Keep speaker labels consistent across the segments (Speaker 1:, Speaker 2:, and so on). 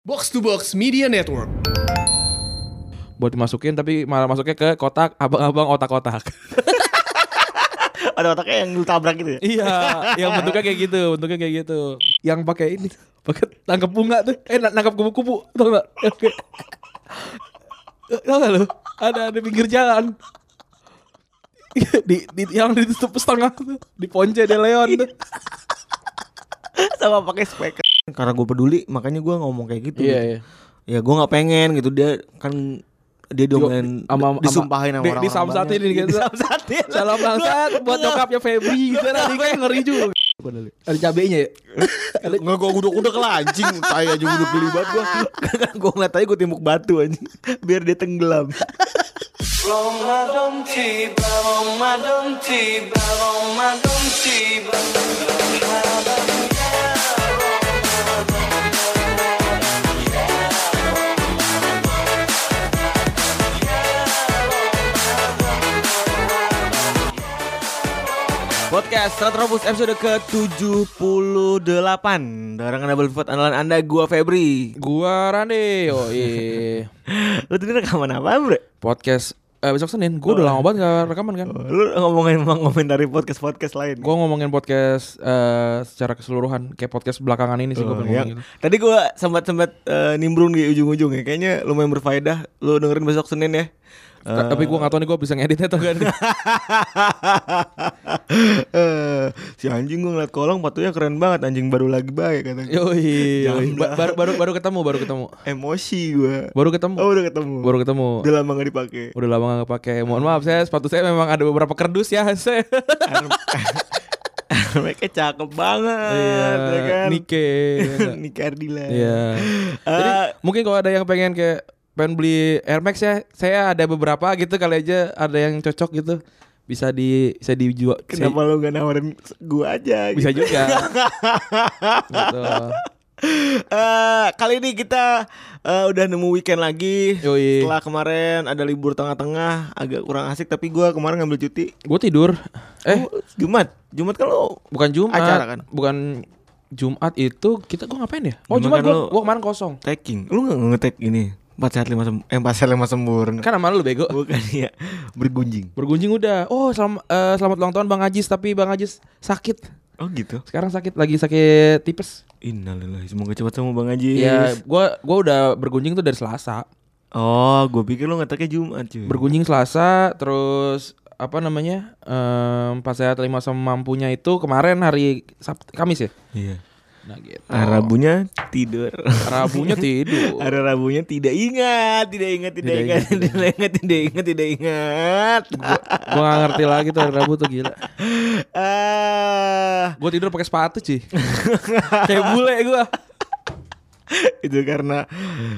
Speaker 1: Box to Box Media Network.
Speaker 2: buat dimasukin tapi malah masuknya ke kotak abang-abang otak-otak.
Speaker 3: Ada otaknya yang lu tabrak gitu ya.
Speaker 2: iya, yang bentuknya kayak gitu, bentuknya kayak gitu. Yang pakai ini, pakai tangkap bunga tuh. Eh na- nangkap kupu-kupu, tau enggak? Tau enggak lu? Ada di pinggir jalan. di, di- yang ditutup setengah tuh, di Ponce de Leon tuh.
Speaker 3: Sama pakai speaker. Karena gue peduli, makanya gue ngomong kayak gitu. gitu.
Speaker 2: Iya, iya.
Speaker 3: Ya gue nggak pengen gitu dia kan dia diomelin
Speaker 2: Ama- ama-
Speaker 3: disumpahin sama
Speaker 2: di-
Speaker 3: orang-orang.
Speaker 2: disamsatin
Speaker 3: banyak.
Speaker 2: gitu.
Speaker 3: Disamsatin.
Speaker 2: Salam bangsat buat nyokapnya Febri gitu tadi kayak ngeri juga. Ada cabenya ya?
Speaker 3: Nggak gue guduk-guduk lah anjing Tai aja guduk geli banget gue Kan gue ngeliat aja gue timbuk batu anjing Biar dia tenggelam
Speaker 4: Ramadan tiba, Ramadan tiba, Ramadan tiba.
Speaker 3: Podcast Retrobus episode ke-78 Dengan double vote andalan anda gue Febri
Speaker 2: Gua Rande, oh iya.
Speaker 3: Lu tadi rekaman apa bro?
Speaker 2: podcast eh, besok Senin. Gue udah lama banget gak rekaman kan.
Speaker 3: Lu ngomongin mengomentari podcast-podcast lain
Speaker 2: Gue ngomongin podcast eh, secara keseluruhan kayak podcast belakangan ini sih gue pengen
Speaker 3: Ya,
Speaker 2: ngomongin. gitu.
Speaker 3: Tadi gue sempat-sempat eh, nimbrung di ujung-ujung ya Kayaknya lumayan berfaedah Lu dengerin besok Senin ya
Speaker 2: Ta- Tapi gue gak tau nih gue bisa ngeditnya atau gak nih.
Speaker 3: Eh, si anjing gue ngeliat kolong patunya keren banget anjing baru lagi baik kata gua.
Speaker 2: Yoi, yoi.
Speaker 3: Jam
Speaker 2: Ba-
Speaker 3: dah.
Speaker 2: baru baru baru ketemu, baru ketemu.
Speaker 3: emosi gue
Speaker 2: Baru ketemu.
Speaker 3: oh udah ketemu
Speaker 2: Baru ketemu.
Speaker 3: udah lama gak dipakai
Speaker 2: Udah lama gak pakai. Mohon maaf saya sepatu saya memang ada beberapa kerdus ya. Saya.
Speaker 3: mereka cakep banget ya
Speaker 2: Iya,
Speaker 3: kan
Speaker 2: Nike.
Speaker 3: Nike Ardila
Speaker 2: Iya. Jadi
Speaker 3: Eh.
Speaker 2: mungkin kalau ada yang pengen kayak pengen beli Air Max ya, saya ada beberapa gitu kali aja ada yang cocok gitu. Bisa di bisa dijual.
Speaker 3: kenapa lu gak nawarin gue aja
Speaker 2: bisa
Speaker 3: gitu.
Speaker 2: juga. gitu.
Speaker 3: Eh, kali ini kita eh, udah nemu weekend lagi
Speaker 2: Yoi.
Speaker 3: setelah kemarin ada libur tengah-tengah agak kurang asik tapi gue kemarin ngambil cuti
Speaker 2: Gue tidur. Eh,
Speaker 3: Oh, Jumat Jumat kan lo
Speaker 2: bukan Jumat.
Speaker 3: acara kan?
Speaker 2: Bukan Jumat itu kita gua ngapain ya? Oh, Jumat
Speaker 3: Jumat kan
Speaker 2: gua,
Speaker 3: lu-
Speaker 2: gua kemarin kosong.
Speaker 3: taking lu nggak ngetek ini empat sehat lima sem eh, empat sehat lima sempurna
Speaker 2: Kan sama lu bego.
Speaker 3: bukan ya bergunjing
Speaker 2: Bergunjing udah. Oh, selam- eh, selamat ulang tahun Bang Ajis, tapi Bang Ajis sakit.
Speaker 3: oh gitu
Speaker 2: Sekarang sakit lagi sakit tipes.
Speaker 3: innalillahi semoga cepat sembuh bang Haji
Speaker 2: Iya, gua gua udah bergunjing tuh dari Selasa.
Speaker 3: oh gue pikir lu ngeteknya Jumat cuy
Speaker 2: Bergunjing Hmm. Selasa terus apa namanya? Em pas sehat lima semampunya itu kemarin hari Sabtu Kamis ya.
Speaker 3: iya
Speaker 2: Nah, gitu.
Speaker 3: Hari Rabunya tidur
Speaker 2: Rabunya tidur.
Speaker 3: Hari Rabunya tidak ingat, tidak ingat, tidak,
Speaker 2: Tidak
Speaker 3: ingat,
Speaker 2: ingat, tidak
Speaker 3: tidak ingat, tidak ingat, tidak ingat.
Speaker 2: Gua gak ngerti lagi tuh hari Rabu tuh gila.
Speaker 3: Ah,
Speaker 2: Gue tidur pakai sepatu sih. Kayak bule gua.
Speaker 3: itu karena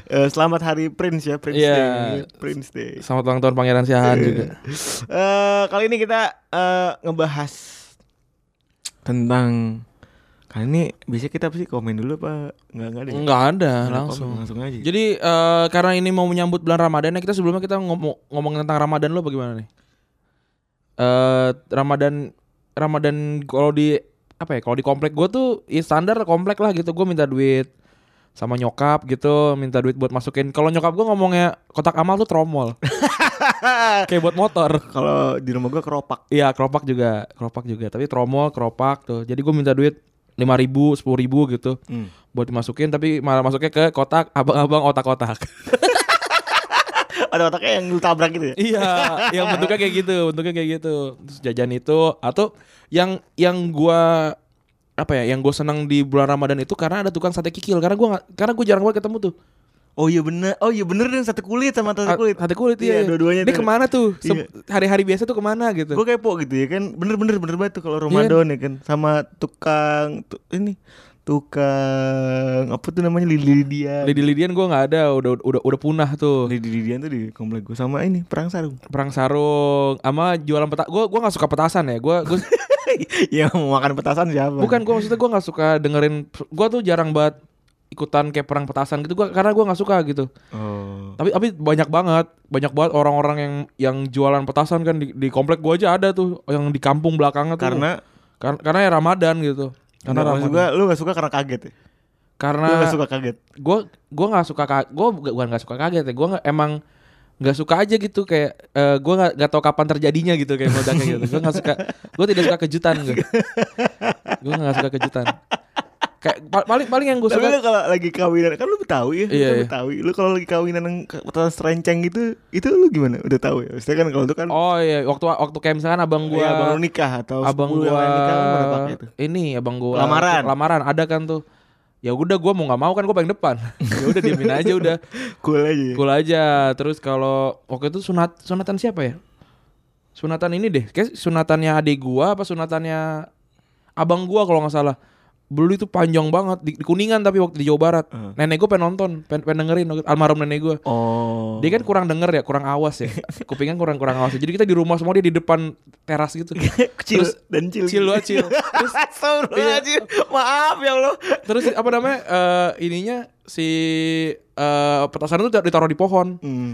Speaker 3: eh, selamat hari Prince ya, Prince
Speaker 2: Iya.
Speaker 3: Day, Prince Day.
Speaker 2: Selamat ulang tahun Pangeran Siahan juga.
Speaker 3: Eh, kali ini kita eh, ngebahas tentang kali ini bisa kita apa sih komen dulu apa nggak nggak ada ya?
Speaker 2: Enggak ada
Speaker 3: Nggak ada
Speaker 2: Iya, langsung.
Speaker 3: komen, langsung aja
Speaker 2: Jadi eh, karena ini mau menyambut bulan Ramadan ya kita sebelumnya kita ngomong ngomong tentang Ramadan lo bagaimana nih? Eh Ramadan Ramadan kalau di apa ya? Kalau di komplek gue tuh ya standar komplek lah gitu. Gue minta duit sama nyokap gitu, minta duit buat masukin. Kalau nyokap gue ngomongnya kotak amal tuh tromol. Kayak buat motor.
Speaker 3: kalau di rumah gua keropak
Speaker 2: Iya keropak juga, keropak juga. Tapi tromol, keropak tuh. Jadi gue minta duit lima ribu, sepuluh ribu gitu
Speaker 3: Hmm.
Speaker 2: buat dimasukin. Tapi malah masuknya ke kotak abang-abang otak-otak.
Speaker 3: ada otaknya yang lu tabrak gitu ya
Speaker 2: iya, yang bentuknya kayak gitu, bentuknya kayak gitu. Terus jajan itu atau yang yang gue apa ya, yang gue senang di bulan Ramadan itu karena ada tukang sate kikil. Karena gue karena gue jarang banget ketemu tuh.
Speaker 3: oh iya bener oh iya bener dan satu kulit sama satu
Speaker 2: A-
Speaker 3: kulit
Speaker 2: Sate kulit iya.
Speaker 3: dua-duanya
Speaker 2: Ini kemana tuh? Se-
Speaker 3: Iya.
Speaker 2: Hari-hari biasa tuh Iya. kemana gitu?
Speaker 3: gue kepo gitu ya kan bener-bener bener banget tuh kalau Ramadan ya kan sama tukang tu- ini tukang apa tuh namanya lidi lidian
Speaker 2: Lidi-lidian gue nggak ada, udah udah udah punah tuh.
Speaker 3: lidi lidian tuh di komplek gue sama ini perang sarung
Speaker 2: perang sarung sama jualan peta gue gua nggak suka petasan ya gue gua,
Speaker 3: yang mau makan petasan siapa
Speaker 2: bukan gue maksudnya gue nggak suka dengerin gue tuh jarang banget ikutan kayak perang petasan gitu gua karena gue nggak suka gitu
Speaker 3: oh
Speaker 2: tapi tapi banyak banget banyak banget orang-orang yang yang jualan petasan kan di, di komplek gue aja ada tuh yang di kampung belakangnya tuh
Speaker 3: karena
Speaker 2: Kar- karena ya ramadan gitu karena
Speaker 3: karena nggak
Speaker 2: ramadan Nah.
Speaker 3: suka lu gak suka karena kaget ya Gue
Speaker 2: karena
Speaker 3: gak suka kaget.
Speaker 2: gue gue nggak suka gue bukan nggak suka kaget ya gue nggak emang nggak suka aja gitu kayak eh, gue nggak nggak tahu kapan terjadinya gitu kayak meledaknya gitu gue nggak suka gue tidak suka kejutan gue gue nggak suka kejutan kayak pa- paling paling yang gue
Speaker 3: Tapi lu
Speaker 2: suka
Speaker 3: kalau lagi kawinan kan lu
Speaker 2: Iya,
Speaker 3: Betawi ya, lu
Speaker 2: iya.
Speaker 3: Betawi. Lu kalau lagi kawinan yang kata serenceng gitu, itu lu gimana? Udah tahu ya. Maksudnya kan kalau itu kan
Speaker 2: oh iya waktu waktu kayak misalkan Iya, abang gue
Speaker 3: ya, abang lu nikah atau
Speaker 2: abang
Speaker 3: 10
Speaker 2: gua
Speaker 3: yang lain kan nikah lu pada pakai itu.
Speaker 2: ini abang gua
Speaker 3: Lamaran.
Speaker 2: lamaran ada kan tuh ya udah gua mau nggak mau kan gua paling depan ya udah diemin aja udah
Speaker 3: Cool aja. ya.
Speaker 2: cool aja terus kalau waktu itu sunat sunatan siapa ya sunatan ini deh kayak sunatannya adik gua apa sunatannya abang gua kalau nggak salah dulu itu panjang banget di, di kuningan tapi waktu di Jawa Barat nenek gua pengen nonton pengen, pengen dengerin almarhum nenek gua
Speaker 3: Oh.
Speaker 2: dia kan kurang denger ya, kurang awas ya. Kupingan kurang kurang awas. Jadi kita di rumah semua dia di depan teras gitu.
Speaker 3: kecil
Speaker 2: Terus-
Speaker 3: dan cil.
Speaker 2: chill doang, chill. Iya. Terus-
Speaker 3: Astagfirullahaladzim. Maaf ya Allah.
Speaker 2: Terus apa namanya eh, ininya si eh petasan itu ditaruh di pohon.
Speaker 3: Hmm.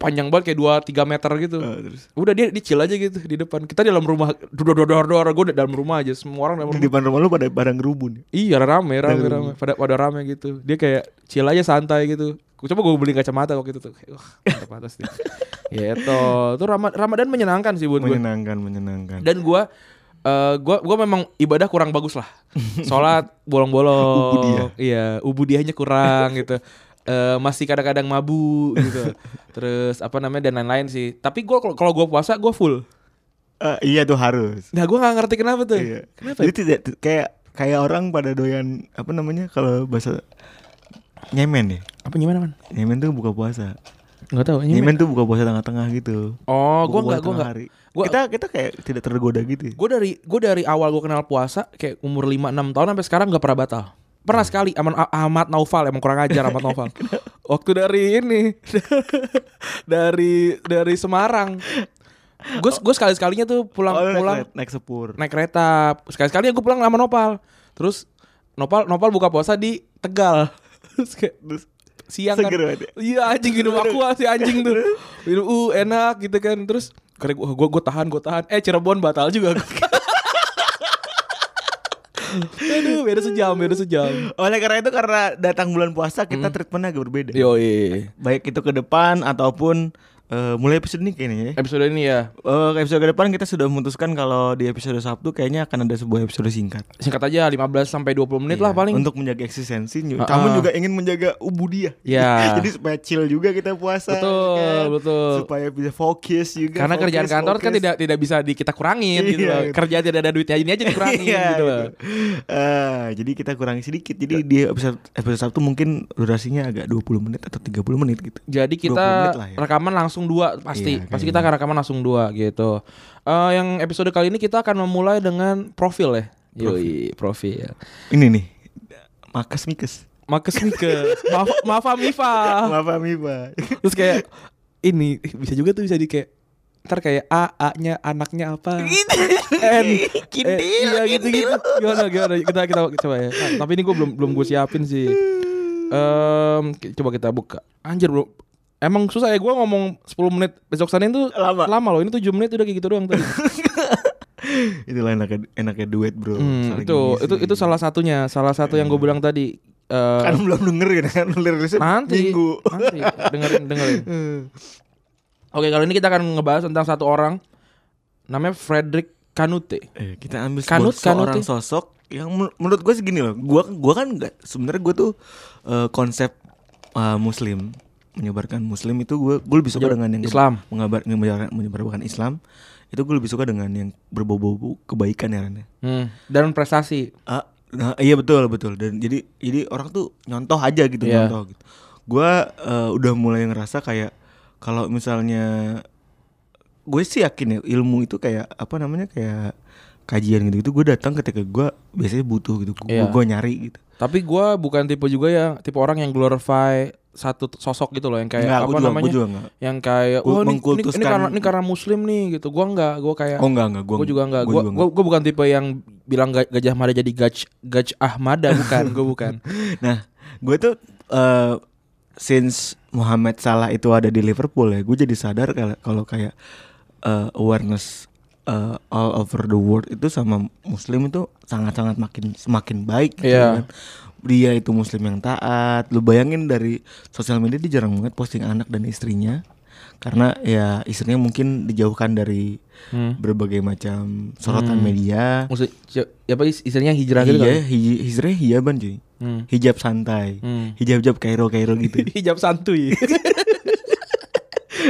Speaker 2: Panjang banget kayak 2 3 meter gitu.
Speaker 3: Eh, terus
Speaker 2: Udah dia dia chill aja gitu di depan. Kita di dalam rumah dor dor dor dor gue dalam rumah aja. Semua orang dalam
Speaker 3: di
Speaker 2: rumah.
Speaker 3: depan rumah lu pada barang gerubun.
Speaker 2: Iya rame rame
Speaker 3: Dalam
Speaker 2: rame pada pada rame gitu. Dia kayak chill aja santai gitu. Coba gue beli kacamata waktu itu tuh. Kayak, Wah, mantap atas nih. Ya itu. Itu Rama- Ramadan menyenangkan sih buat gue.
Speaker 3: Menyenangkan, menyenangkan.
Speaker 2: dan gua eh, gua gua memang ibadah kurang bagus lah sholat bolong-bolong iya ubudiahnya kurang gitu Eh, masih kadang-kadang mabuk gitu terus apa namanya dan lain-lain sih tapi gua kalau- kalau gua puasa gua full
Speaker 3: Eh, iya tuh harus.
Speaker 2: nah gua nggak ngerti kenapa tuh
Speaker 3: Iya.
Speaker 2: kenapa ya?
Speaker 3: Jadi tidak kayak kayak orang pada doyan apa namanya kalau bahasa nyemen ya.
Speaker 2: apa gimana man
Speaker 3: Nyemen tuh buka puasa.
Speaker 2: nggak tahu ini
Speaker 3: Nyemen tuh buka puasa tengah-tengah gitu.
Speaker 2: oh gua nggak
Speaker 3: Buka puasa
Speaker 2: gua
Speaker 3: tengah
Speaker 2: nggak
Speaker 3: hari.
Speaker 2: Gua-
Speaker 3: kita kita kayak tidak tergoda gitu. ya.
Speaker 2: gue dari gue dari awal gue kenal puasa kayak umur 5 6 tahun sampai sekarang nggak pernah batal pernah sekali aman Ahmad Naufal emang kurang ajar Ahmad Naufal waktu dari ini dari dari Semarang iya, gue gue sekali sekalinya tuh pulang
Speaker 3: Oh, lu naik
Speaker 2: pulang
Speaker 3: keret- naik sepur.
Speaker 2: naik kereta sekali sekali gue pulang sama Nopal terus Nopal Nopal buka puasa di Tegal terus kayak
Speaker 3: Terus
Speaker 2: siang
Speaker 3: Seger
Speaker 2: kan
Speaker 3: banget ya?
Speaker 2: iya anjing minum aku si anjing tuh minum uh enak gitu kan terus kira gua gua, gua tahan gua tahan eh Cirebon batal juga aduh beda sejam beda sejam
Speaker 3: Oleh karena itu karena datang bulan puasa
Speaker 2: Hmm.
Speaker 3: kita treatmentnya agak berbeda.
Speaker 2: Iya. yoi
Speaker 3: Baik itu ke depan ataupun eh, mulai episode ini kayaknya ya.
Speaker 2: episode ini ya
Speaker 3: Eh, ke episode ke depan kita sudah memutuskan kalau di episode Sabtu kayaknya akan ada sebuah episode singkat.
Speaker 2: singkat aja 15 sampai 20 menit lah paling
Speaker 3: Iya. Untuk menjaga eksistensi
Speaker 2: Ah,
Speaker 3: Kamu
Speaker 2: ah.
Speaker 3: juga ingin menjaga ubudiah
Speaker 2: Ya.
Speaker 3: Jadi supaya chill juga kita puasa
Speaker 2: Betul,
Speaker 3: kan?
Speaker 2: betul.
Speaker 3: Supaya bisa fokus juga
Speaker 2: karena
Speaker 3: fokus,
Speaker 2: kerjaan kantor kan
Speaker 3: fokus.
Speaker 2: tidak tidak bisa di, kita kurangin gitu
Speaker 3: Iya,
Speaker 2: loh.
Speaker 3: gitu.
Speaker 2: kerja tidak ada duitnya ini aja dikurangin
Speaker 3: Iya,
Speaker 2: gitu loh. Iya.
Speaker 3: Eh, Jadi kita kurangi sedikit Jadi di episode, episode Sabtu mungkin durasinya agak 20 menit atau 30 menit gitu
Speaker 2: Jadi
Speaker 3: 20
Speaker 2: kita
Speaker 3: menit lah ya.
Speaker 2: rekaman langsung dua pasti,
Speaker 3: Iya,
Speaker 2: pasti
Speaker 3: kayaknya.
Speaker 2: kita akan rekaman langsung dua gitu. Eh yang episode kali ini kita akan memulai dengan profil ya. Yoi, profil.
Speaker 3: Ini nih Makas mikes
Speaker 2: Makes Mika, maaf maaf Mifa.
Speaker 3: Maaf Amiba
Speaker 2: Terus kayak ini ih, bisa juga tuh bisa di kayak ntar kayak A A nya anaknya apa N eh, iya gitu gitu gimana gimana kita kita coba ya Nah, tapi ini gue belum belum gue siapin sih Em, ki- coba kita buka anjir bro emang susah ya gue ngomong 10 menit besok senin tuh
Speaker 3: Lama.
Speaker 2: lama loh ini 7 menit udah kayak gitu doang tadi
Speaker 3: Itulah enaknya, enaknya duet bro
Speaker 2: Hmm,
Speaker 3: Saling
Speaker 2: itu
Speaker 3: mengisi.
Speaker 2: itu itu salah satunya salah satu yang gue bilang tadi Eh,
Speaker 3: Kan belum dengerin kan Rilisnya
Speaker 2: nanti
Speaker 3: Minggu
Speaker 2: nanti dengerin dengerin oke kali ini kita akan ngebahas tentang satu orang namanya Frederick Canute
Speaker 3: Eh, kita ambil
Speaker 2: Kanut,
Speaker 3: sebuah- seorang
Speaker 2: kanut ya.
Speaker 3: sosok yang men- menurut gue segini loh gua gua kan nggak sebenarnya gue tuh eh, konsep eh, muslim menyebarkan muslim itu gue gue lebih suka
Speaker 2: Menyebar-
Speaker 3: dengan yang ke-
Speaker 2: Islam.
Speaker 3: mengabar menyebarkan, menyebarkan Islam itu gue lebih suka dengan yang berbau-bau kebaikan ya Ran, ya.
Speaker 2: Hmm, dan prestasi
Speaker 3: Ah, nah, iya betul betul dan jadi jadi orang tuh nyontoh aja gitu
Speaker 2: Iya.
Speaker 3: nyontoh gitu. Gua eh, udah mulai ngerasa kayak kalau misalnya gue sih yakin ya ilmu itu kayak apa namanya kayak kajian gitu gitu gue datang ketika gua biasanya butuh gitu gue
Speaker 2: Iya.
Speaker 3: nyari gitu
Speaker 2: tapi gue bukan tipe juga yang tipe orang yang glorify satu t- sosok gitu loh yang kayak
Speaker 3: Nggak,
Speaker 2: apa
Speaker 3: gua juga-
Speaker 2: namanya
Speaker 3: gua juga nggak.
Speaker 2: yang kayak wah
Speaker 3: Gua
Speaker 2: ini, ini, ini
Speaker 3: mengkultuskan-
Speaker 2: karena ini karena muslim nih gitu gue enggak gue kayak
Speaker 3: oh enggak enggak gue
Speaker 2: Gue juga enggak. Gue gue bukan tipe yang bilang Ga- Gajah Mada jadi Gaj Gaj Ahmada bukan. Gue bukan.
Speaker 3: nah gue tuh eh, since Muhammad Salah itu ada di Liverpool ya gue jadi sadar kalau kalau kayak eh, awareness eh, all over the world itu sama Muslim itu sangat sangat makin semakin baik gitu
Speaker 2: Iya.
Speaker 3: kan dia itu muslim yang taat lu bayangin dari sosial media dia jarang banget posting anak dan istrinya karena ya istrinya mungkin dijauhkan dari berbagai macam sorotan media
Speaker 2: Maksud, si- ya apa is- istilahnya hijrah gitu
Speaker 3: iya
Speaker 2: kan?
Speaker 3: hij- hijrah hijaban cuy
Speaker 2: Hmm.
Speaker 3: hijab santai
Speaker 2: Hmm.
Speaker 3: hijab hijab kairo kairo gitu
Speaker 2: Hijab santuy.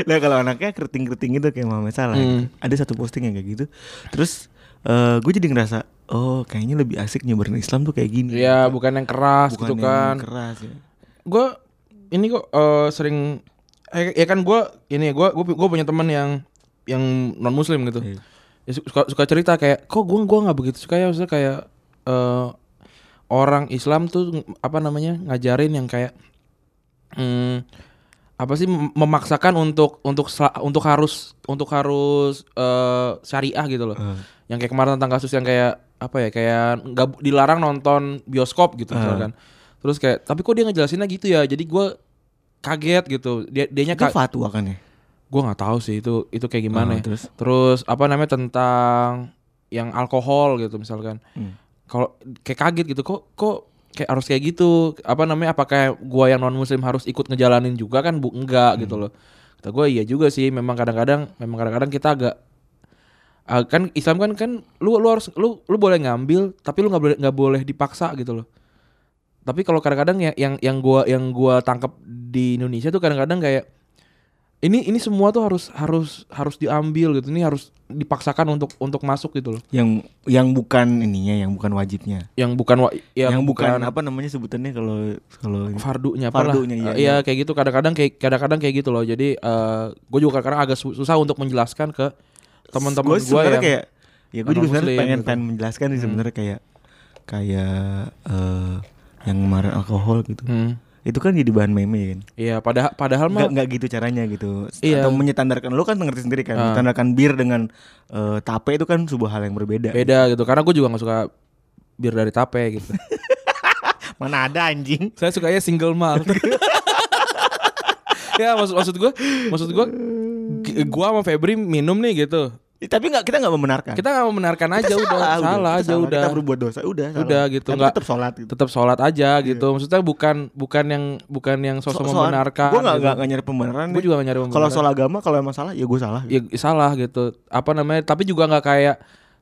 Speaker 3: nah kalau anaknya keriting keriting gitu kayak mama salah
Speaker 2: Hmm.
Speaker 3: ada satu posting yang kayak gitu terus eh, gue jadi ngerasa oh kayaknya lebih asik nyebarin Islam tuh kayak gini
Speaker 2: Iya, bukan yang keras
Speaker 3: bukan
Speaker 2: gitu
Speaker 3: yang
Speaker 2: kan.
Speaker 3: keras ya.
Speaker 2: gue ini kok eh, sering eh, ya kan gue ini gue gue punya teman yang yang non muslim gitu
Speaker 3: Iya.
Speaker 2: Ya, su- suka suka cerita kayak kok gue gua nggak begitu suka ya maksudnya kayak eh, orang Islam tuh ng- apa namanya ngajarin yang kayak hmm, apa sih mem- memaksakan untuk untuk sel- untuk harus untuk harus eh, syariah gitu loh
Speaker 3: Eh.
Speaker 2: yang kayak kemarin tentang kasus yang kayak apa ya kayak nggak dilarang nonton bioskop
Speaker 3: Ah.
Speaker 2: gitu misalkan terus kayak tapi kok dia ngejelasinnya gitu ya jadi gua kaget gitu dia dianya
Speaker 3: itu
Speaker 2: ka-
Speaker 3: fatwa kan ya
Speaker 2: gue nggak tahu sih itu itu kayak gimana
Speaker 3: Ah,
Speaker 2: ya.
Speaker 3: terus?
Speaker 2: terus apa namanya tentang yang alkohol gitu misalkan
Speaker 3: Hmm.
Speaker 2: kalau kayak kaget gitu kok kok kayak harus kayak gitu apa namanya apakah gua yang non muslim harus ikut ngejalanin juga kan bu enggak gitu loh kata gue iya juga sih memang kadang-kadang memang kadang-kadang kita agak ah, kan Islam kan kan lu lu harus lu lu boleh ngambil tapi lu nggak boleh nggak boleh dipaksa gitu loh tapi kalau kadang-kadang ya yang yang gua yang gua tangkap di Indonesia tuh kadang-kadang kayak ini ini semua tuh harus harus harus diambil gitu ini harus dipaksakan untuk untuk masuk gitu loh
Speaker 3: yang yang bukan ininya yang bukan wajibnya
Speaker 2: yang bukan wa-
Speaker 3: yang, bukan, apa namanya sebutannya kalau kalau
Speaker 2: fardunya apalah.
Speaker 3: Fardunya, iya,
Speaker 2: Eh,
Speaker 3: iya.
Speaker 2: iya, kayak gitu kadang-kadang kayak kadang-kadang kayak gitu loh jadi gue juga kadang-kadang agak su- susah untuk menjelaskan ke teman-teman
Speaker 3: Gua
Speaker 2: gue
Speaker 3: sebenarnya
Speaker 2: yang
Speaker 3: kayak ya gue juga
Speaker 2: non-muslim
Speaker 3: sebenarnya pengen
Speaker 2: gitu.
Speaker 3: pengen menjelaskan sih sebenarnya kayak kayak eh, yang kemarin alkohol gitu
Speaker 2: Hmm.
Speaker 3: itu kan jadi bahan meme kan
Speaker 2: iya padahal padahal mah
Speaker 3: nggak nggak gitu caranya gitu
Speaker 2: Iya. Ah.
Speaker 3: atau menyetandarkan lo kan ngerti sendiri kan menyetandarkan bir dengan eh, tape itu kan sebuah hal yang berbeda
Speaker 2: beda gitu karena gue juga nggak suka bir dari tape gitu
Speaker 3: mana ada anjing
Speaker 2: saya sukanya single malt ya maksud maksud gue maksud gue gue sama Febri minum nih gitu
Speaker 3: Eh, tapi nggak kita nggak membenarkan
Speaker 2: kita nggak membenarkan aja
Speaker 3: Kan. Kita
Speaker 2: udah salah,
Speaker 3: kita
Speaker 2: aja udah
Speaker 3: kita berbuat dosa ya udah salah.
Speaker 2: Udah gitu,
Speaker 3: Tapi
Speaker 2: nggak-
Speaker 3: tetap sholat gitu
Speaker 2: tetap sholat aja gitu maksudnya bukan bukan yang bukan yang sosok membenarkan
Speaker 3: gue nggak
Speaker 2: gitu.
Speaker 3: nggak- nggak nyari pembenaran
Speaker 2: Gua
Speaker 3: deh.
Speaker 2: juga nggak nyari
Speaker 3: kalau
Speaker 2: pembenaran.
Speaker 3: soal agama kalau emang salah ya gue salah gitu.
Speaker 2: ya salah gitu apa namanya tapi juga nggak kayak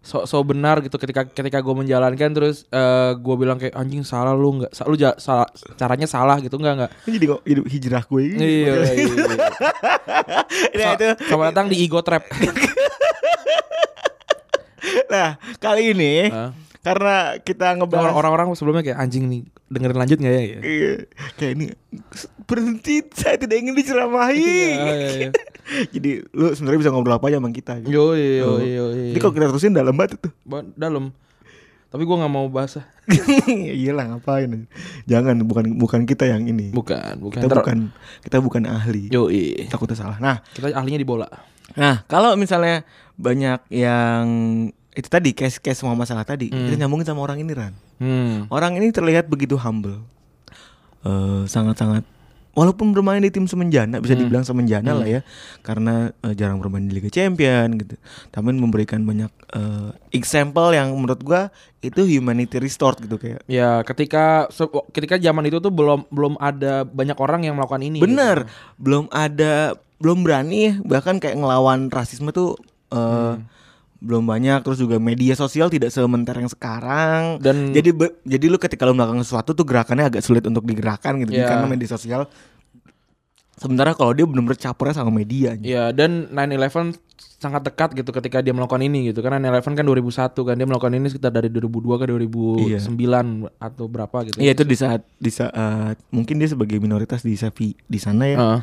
Speaker 2: so so benar gitu ketika ketika gue menjalankan terus eh gue bilang kayak anjing salah lu nggak sa- lu ja- salah caranya salah gitu nggak nggak
Speaker 3: Ini jadi kok jadi hijrah gue ini
Speaker 2: iya, iya,
Speaker 3: nah,
Speaker 2: iya.
Speaker 3: itu,
Speaker 2: sama datang di ego trap
Speaker 3: nah kali ini
Speaker 2: Hah?
Speaker 3: karena kita ngebahas
Speaker 2: orang-orang sebelumnya kayak anjing nih dengerin lanjut nggak ya, ya?
Speaker 3: Iya. kayak ini berhenti saya tidak ingin
Speaker 2: Iya,
Speaker 3: diceramahi
Speaker 2: iya, iya.
Speaker 3: jadi lu sebenarnya bisa ngobrol apa aja sama kita gitu.
Speaker 2: yo yo yo
Speaker 3: Jadi kalau kita terusin dalam banget tuh.
Speaker 2: dalam tapi gue nggak mau ya. bahasa
Speaker 3: Iyalah Iya ngapain? Jangan bukan bukan kita yang ini.
Speaker 2: bukan bukan
Speaker 3: Kita
Speaker 2: Ter-
Speaker 3: bukan kita bukan ahli.
Speaker 2: yo
Speaker 3: Takutnya salah. Nah,
Speaker 2: kita ahlinya di bola
Speaker 3: Nah, kalau misalnya banyak yang itu tadi case-case Muhammad Salah tadi, kita nyambungin sama orang ini Ran.
Speaker 2: hmm.
Speaker 3: Orang ini terlihat begitu humble. Eh, sangat-sangat walaupun bermain di tim semenjana bisa dibilang semenjana lah ya karena eh, jarang bermain di Liga Champion gitu. Tapi memberikan banyak eh, example yang menurut gua itu humanity restored gitu kayak.
Speaker 2: Ya, ketika se- ketika zaman itu tuh belum belum ada banyak orang yang melakukan ini.
Speaker 3: Bener, belum ada, belum berani, bahkan kayak ngelawan rasisme tuh eh, belum banyak. Terus juga media sosial tidak sementara yang sekarang.
Speaker 2: gitu. Dan-
Speaker 3: jadi be- jadi lu ketika lu melakukan sesuatu tuh gerakannya agak sulit untuk digerakkan gitu
Speaker 2: Iya.
Speaker 3: karena media sosial. Sementara kalau dia benar-benar campurnya sama media.
Speaker 2: Gitu. Ya, dan 9/11 sangat dekat gitu ketika dia melakukan ini gitu. Karena 9/11 kan 2001 kan dia melakukan ini sekitar dari 2002 ke 2009 atau berapa gitu.
Speaker 3: Iya itu di saat di saat mungkin dia sebagai minoritas di Safi di sana ya
Speaker 2: Heeh.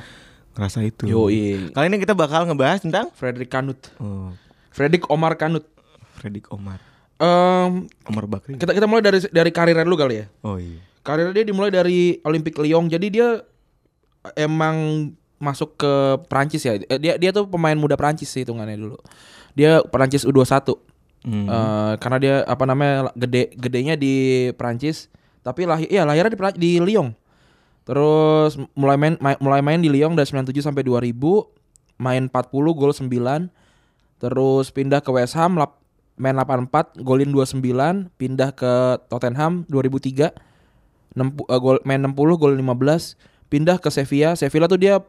Speaker 3: ngerasa itu.
Speaker 2: Yoi.
Speaker 3: Kali ini kita bakal ngebahas tentang
Speaker 2: Frederick Kanut.
Speaker 3: oh,
Speaker 2: Frederick Omar Kanut.
Speaker 3: Fredrik Omar,
Speaker 2: Em,
Speaker 3: Omar Bakri.
Speaker 2: kita kita mulai dari dari karirnya dulu kali ya.
Speaker 3: Oh iya.
Speaker 2: Karirnya dia dimulai dari Olympic Lyon. Jadi dia eh, emang masuk ke Prancis ya. Eh, Dia dia tuh pemain muda Prancis sih hitungannya dulu. Dia Prancis U21.
Speaker 3: Hmm.
Speaker 2: Eh, karena dia apa namanya la- gede gedenya di Prancis tapi lahir ya lahirnya di Pra- di Lyon terus m- mulai main ma- mulai main di Lyon dari 97 sampai 2000 main 40 gol 9 terus pindah ke West Ham lap- main 84 golin 29 pindah ke Tottenham 2003 Nempu- eh, gol main 60 gol 15 pindah ke Sevilla. Sevilla tuh dia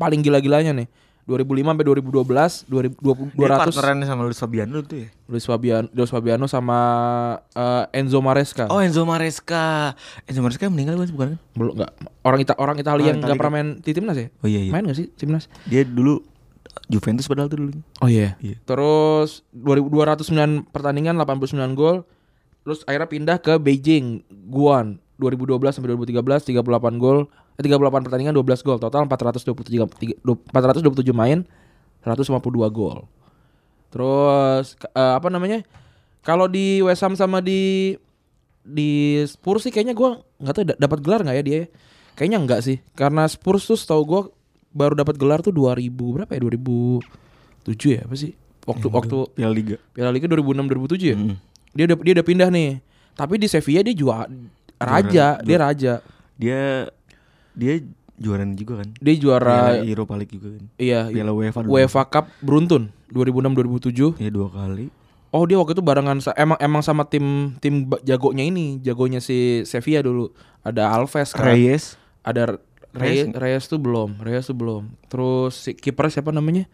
Speaker 2: paling gila-gilanya nih. 2005 sampai 2012, 2020,
Speaker 3: Dia
Speaker 2: 200
Speaker 3: partnerannya sama Luis Fabiano tuh ya.
Speaker 2: Luis Fabiano, Luis Fabiano sama eh, Enzo Maresca.
Speaker 3: Oh Enzo Maresca. Enzo Maresca meninggal bukan bukan? kan?
Speaker 2: Belum enggak orang Ita orang Italia
Speaker 3: Oh,
Speaker 2: yang enggak
Speaker 3: Italia.
Speaker 2: pernah main di timnas ya?
Speaker 3: Oh iya iya.
Speaker 2: Main gak sih timnas?
Speaker 3: Dia dulu Juventus padahal tuh dulu.
Speaker 2: Oh iya.
Speaker 3: Iya.
Speaker 2: Terus 2209 pertandingan 89 gol. Terus akhirnya pindah ke Beijing, Guan 2012 sampai 2013 38 gol, eh, 38 pertandingan 12 gol, total 427 tiga- du- 427 main, 152 gol. Terus ke- eh, apa namanya? Kalau di West Ham sama di di Spurs sih kayaknya gua nggak tahu da- dapat gelar nggak ya dia. ya? Kayaknya nggak sih. Karena Spurs tuh setahu gua baru dapat gelar tuh 2000 berapa ya? 2007 ya apa sih? Waktu waktu
Speaker 3: Piala Liga.
Speaker 2: Piala Liga 2006 2007 ya. Dia udah dia udah pindah nih. Tapi di Sevilla dia juara raja, dia raja.
Speaker 3: Dia dia juara juga kan?
Speaker 2: Dia juara
Speaker 3: Piala Europa League juga kan?
Speaker 2: iya
Speaker 3: Piala UEFA. dulu.
Speaker 2: UEFA Cup beruntun 2006 2007.
Speaker 3: Iya dua kali.
Speaker 2: Oh dia waktu itu barengan sa- emang emang sama tim tim ba- jagonya ini, jagonya si Sevilla dulu. Ada Alves, kan?
Speaker 3: Reyes.
Speaker 2: ada Reyes,
Speaker 3: Reyes ya?
Speaker 2: Reyes tuh belum, Reyes tuh belum. Terus si kiper siapa namanya?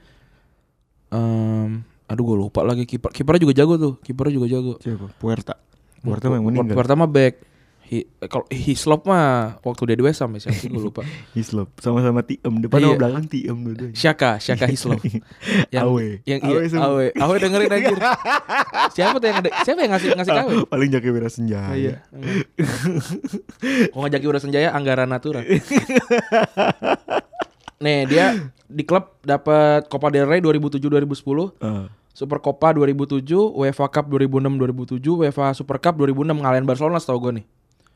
Speaker 2: Em, aduh gue lupa lagi kiper. Kipernya juga jago tuh, kipernya juga jago.
Speaker 3: Siapa? Puerta. Puerta yang meninggal.
Speaker 2: Puerta mah back. Hi- eh, kalau Hislop mah waktu dia di West Ham ya, siapa sih gue lupa.
Speaker 3: kan? Hislop sama-sama Tiem depan sama
Speaker 2: Iya.
Speaker 3: belakang Tiem dua
Speaker 2: Syaka, Syaka Hislop.
Speaker 3: kan. Awe.
Speaker 2: yang iya,
Speaker 3: Awe semua.
Speaker 2: Awe. Awe dengerin anjir. siapa tuh yang ada, siapa yang ngasih ngasih kawe?
Speaker 3: Paling jaga merah senja. ya.
Speaker 2: Iya. Kalau ngajak Yura Senjaya anggaran natura. Nih dia di klub dapat Copa del Rey 2007-2010,
Speaker 3: Ah.
Speaker 2: Super Copa 2007, UEFA Cup 2006-2007, UEFA Super Cup 2006 ngalahin Barcelona setahu gue nih.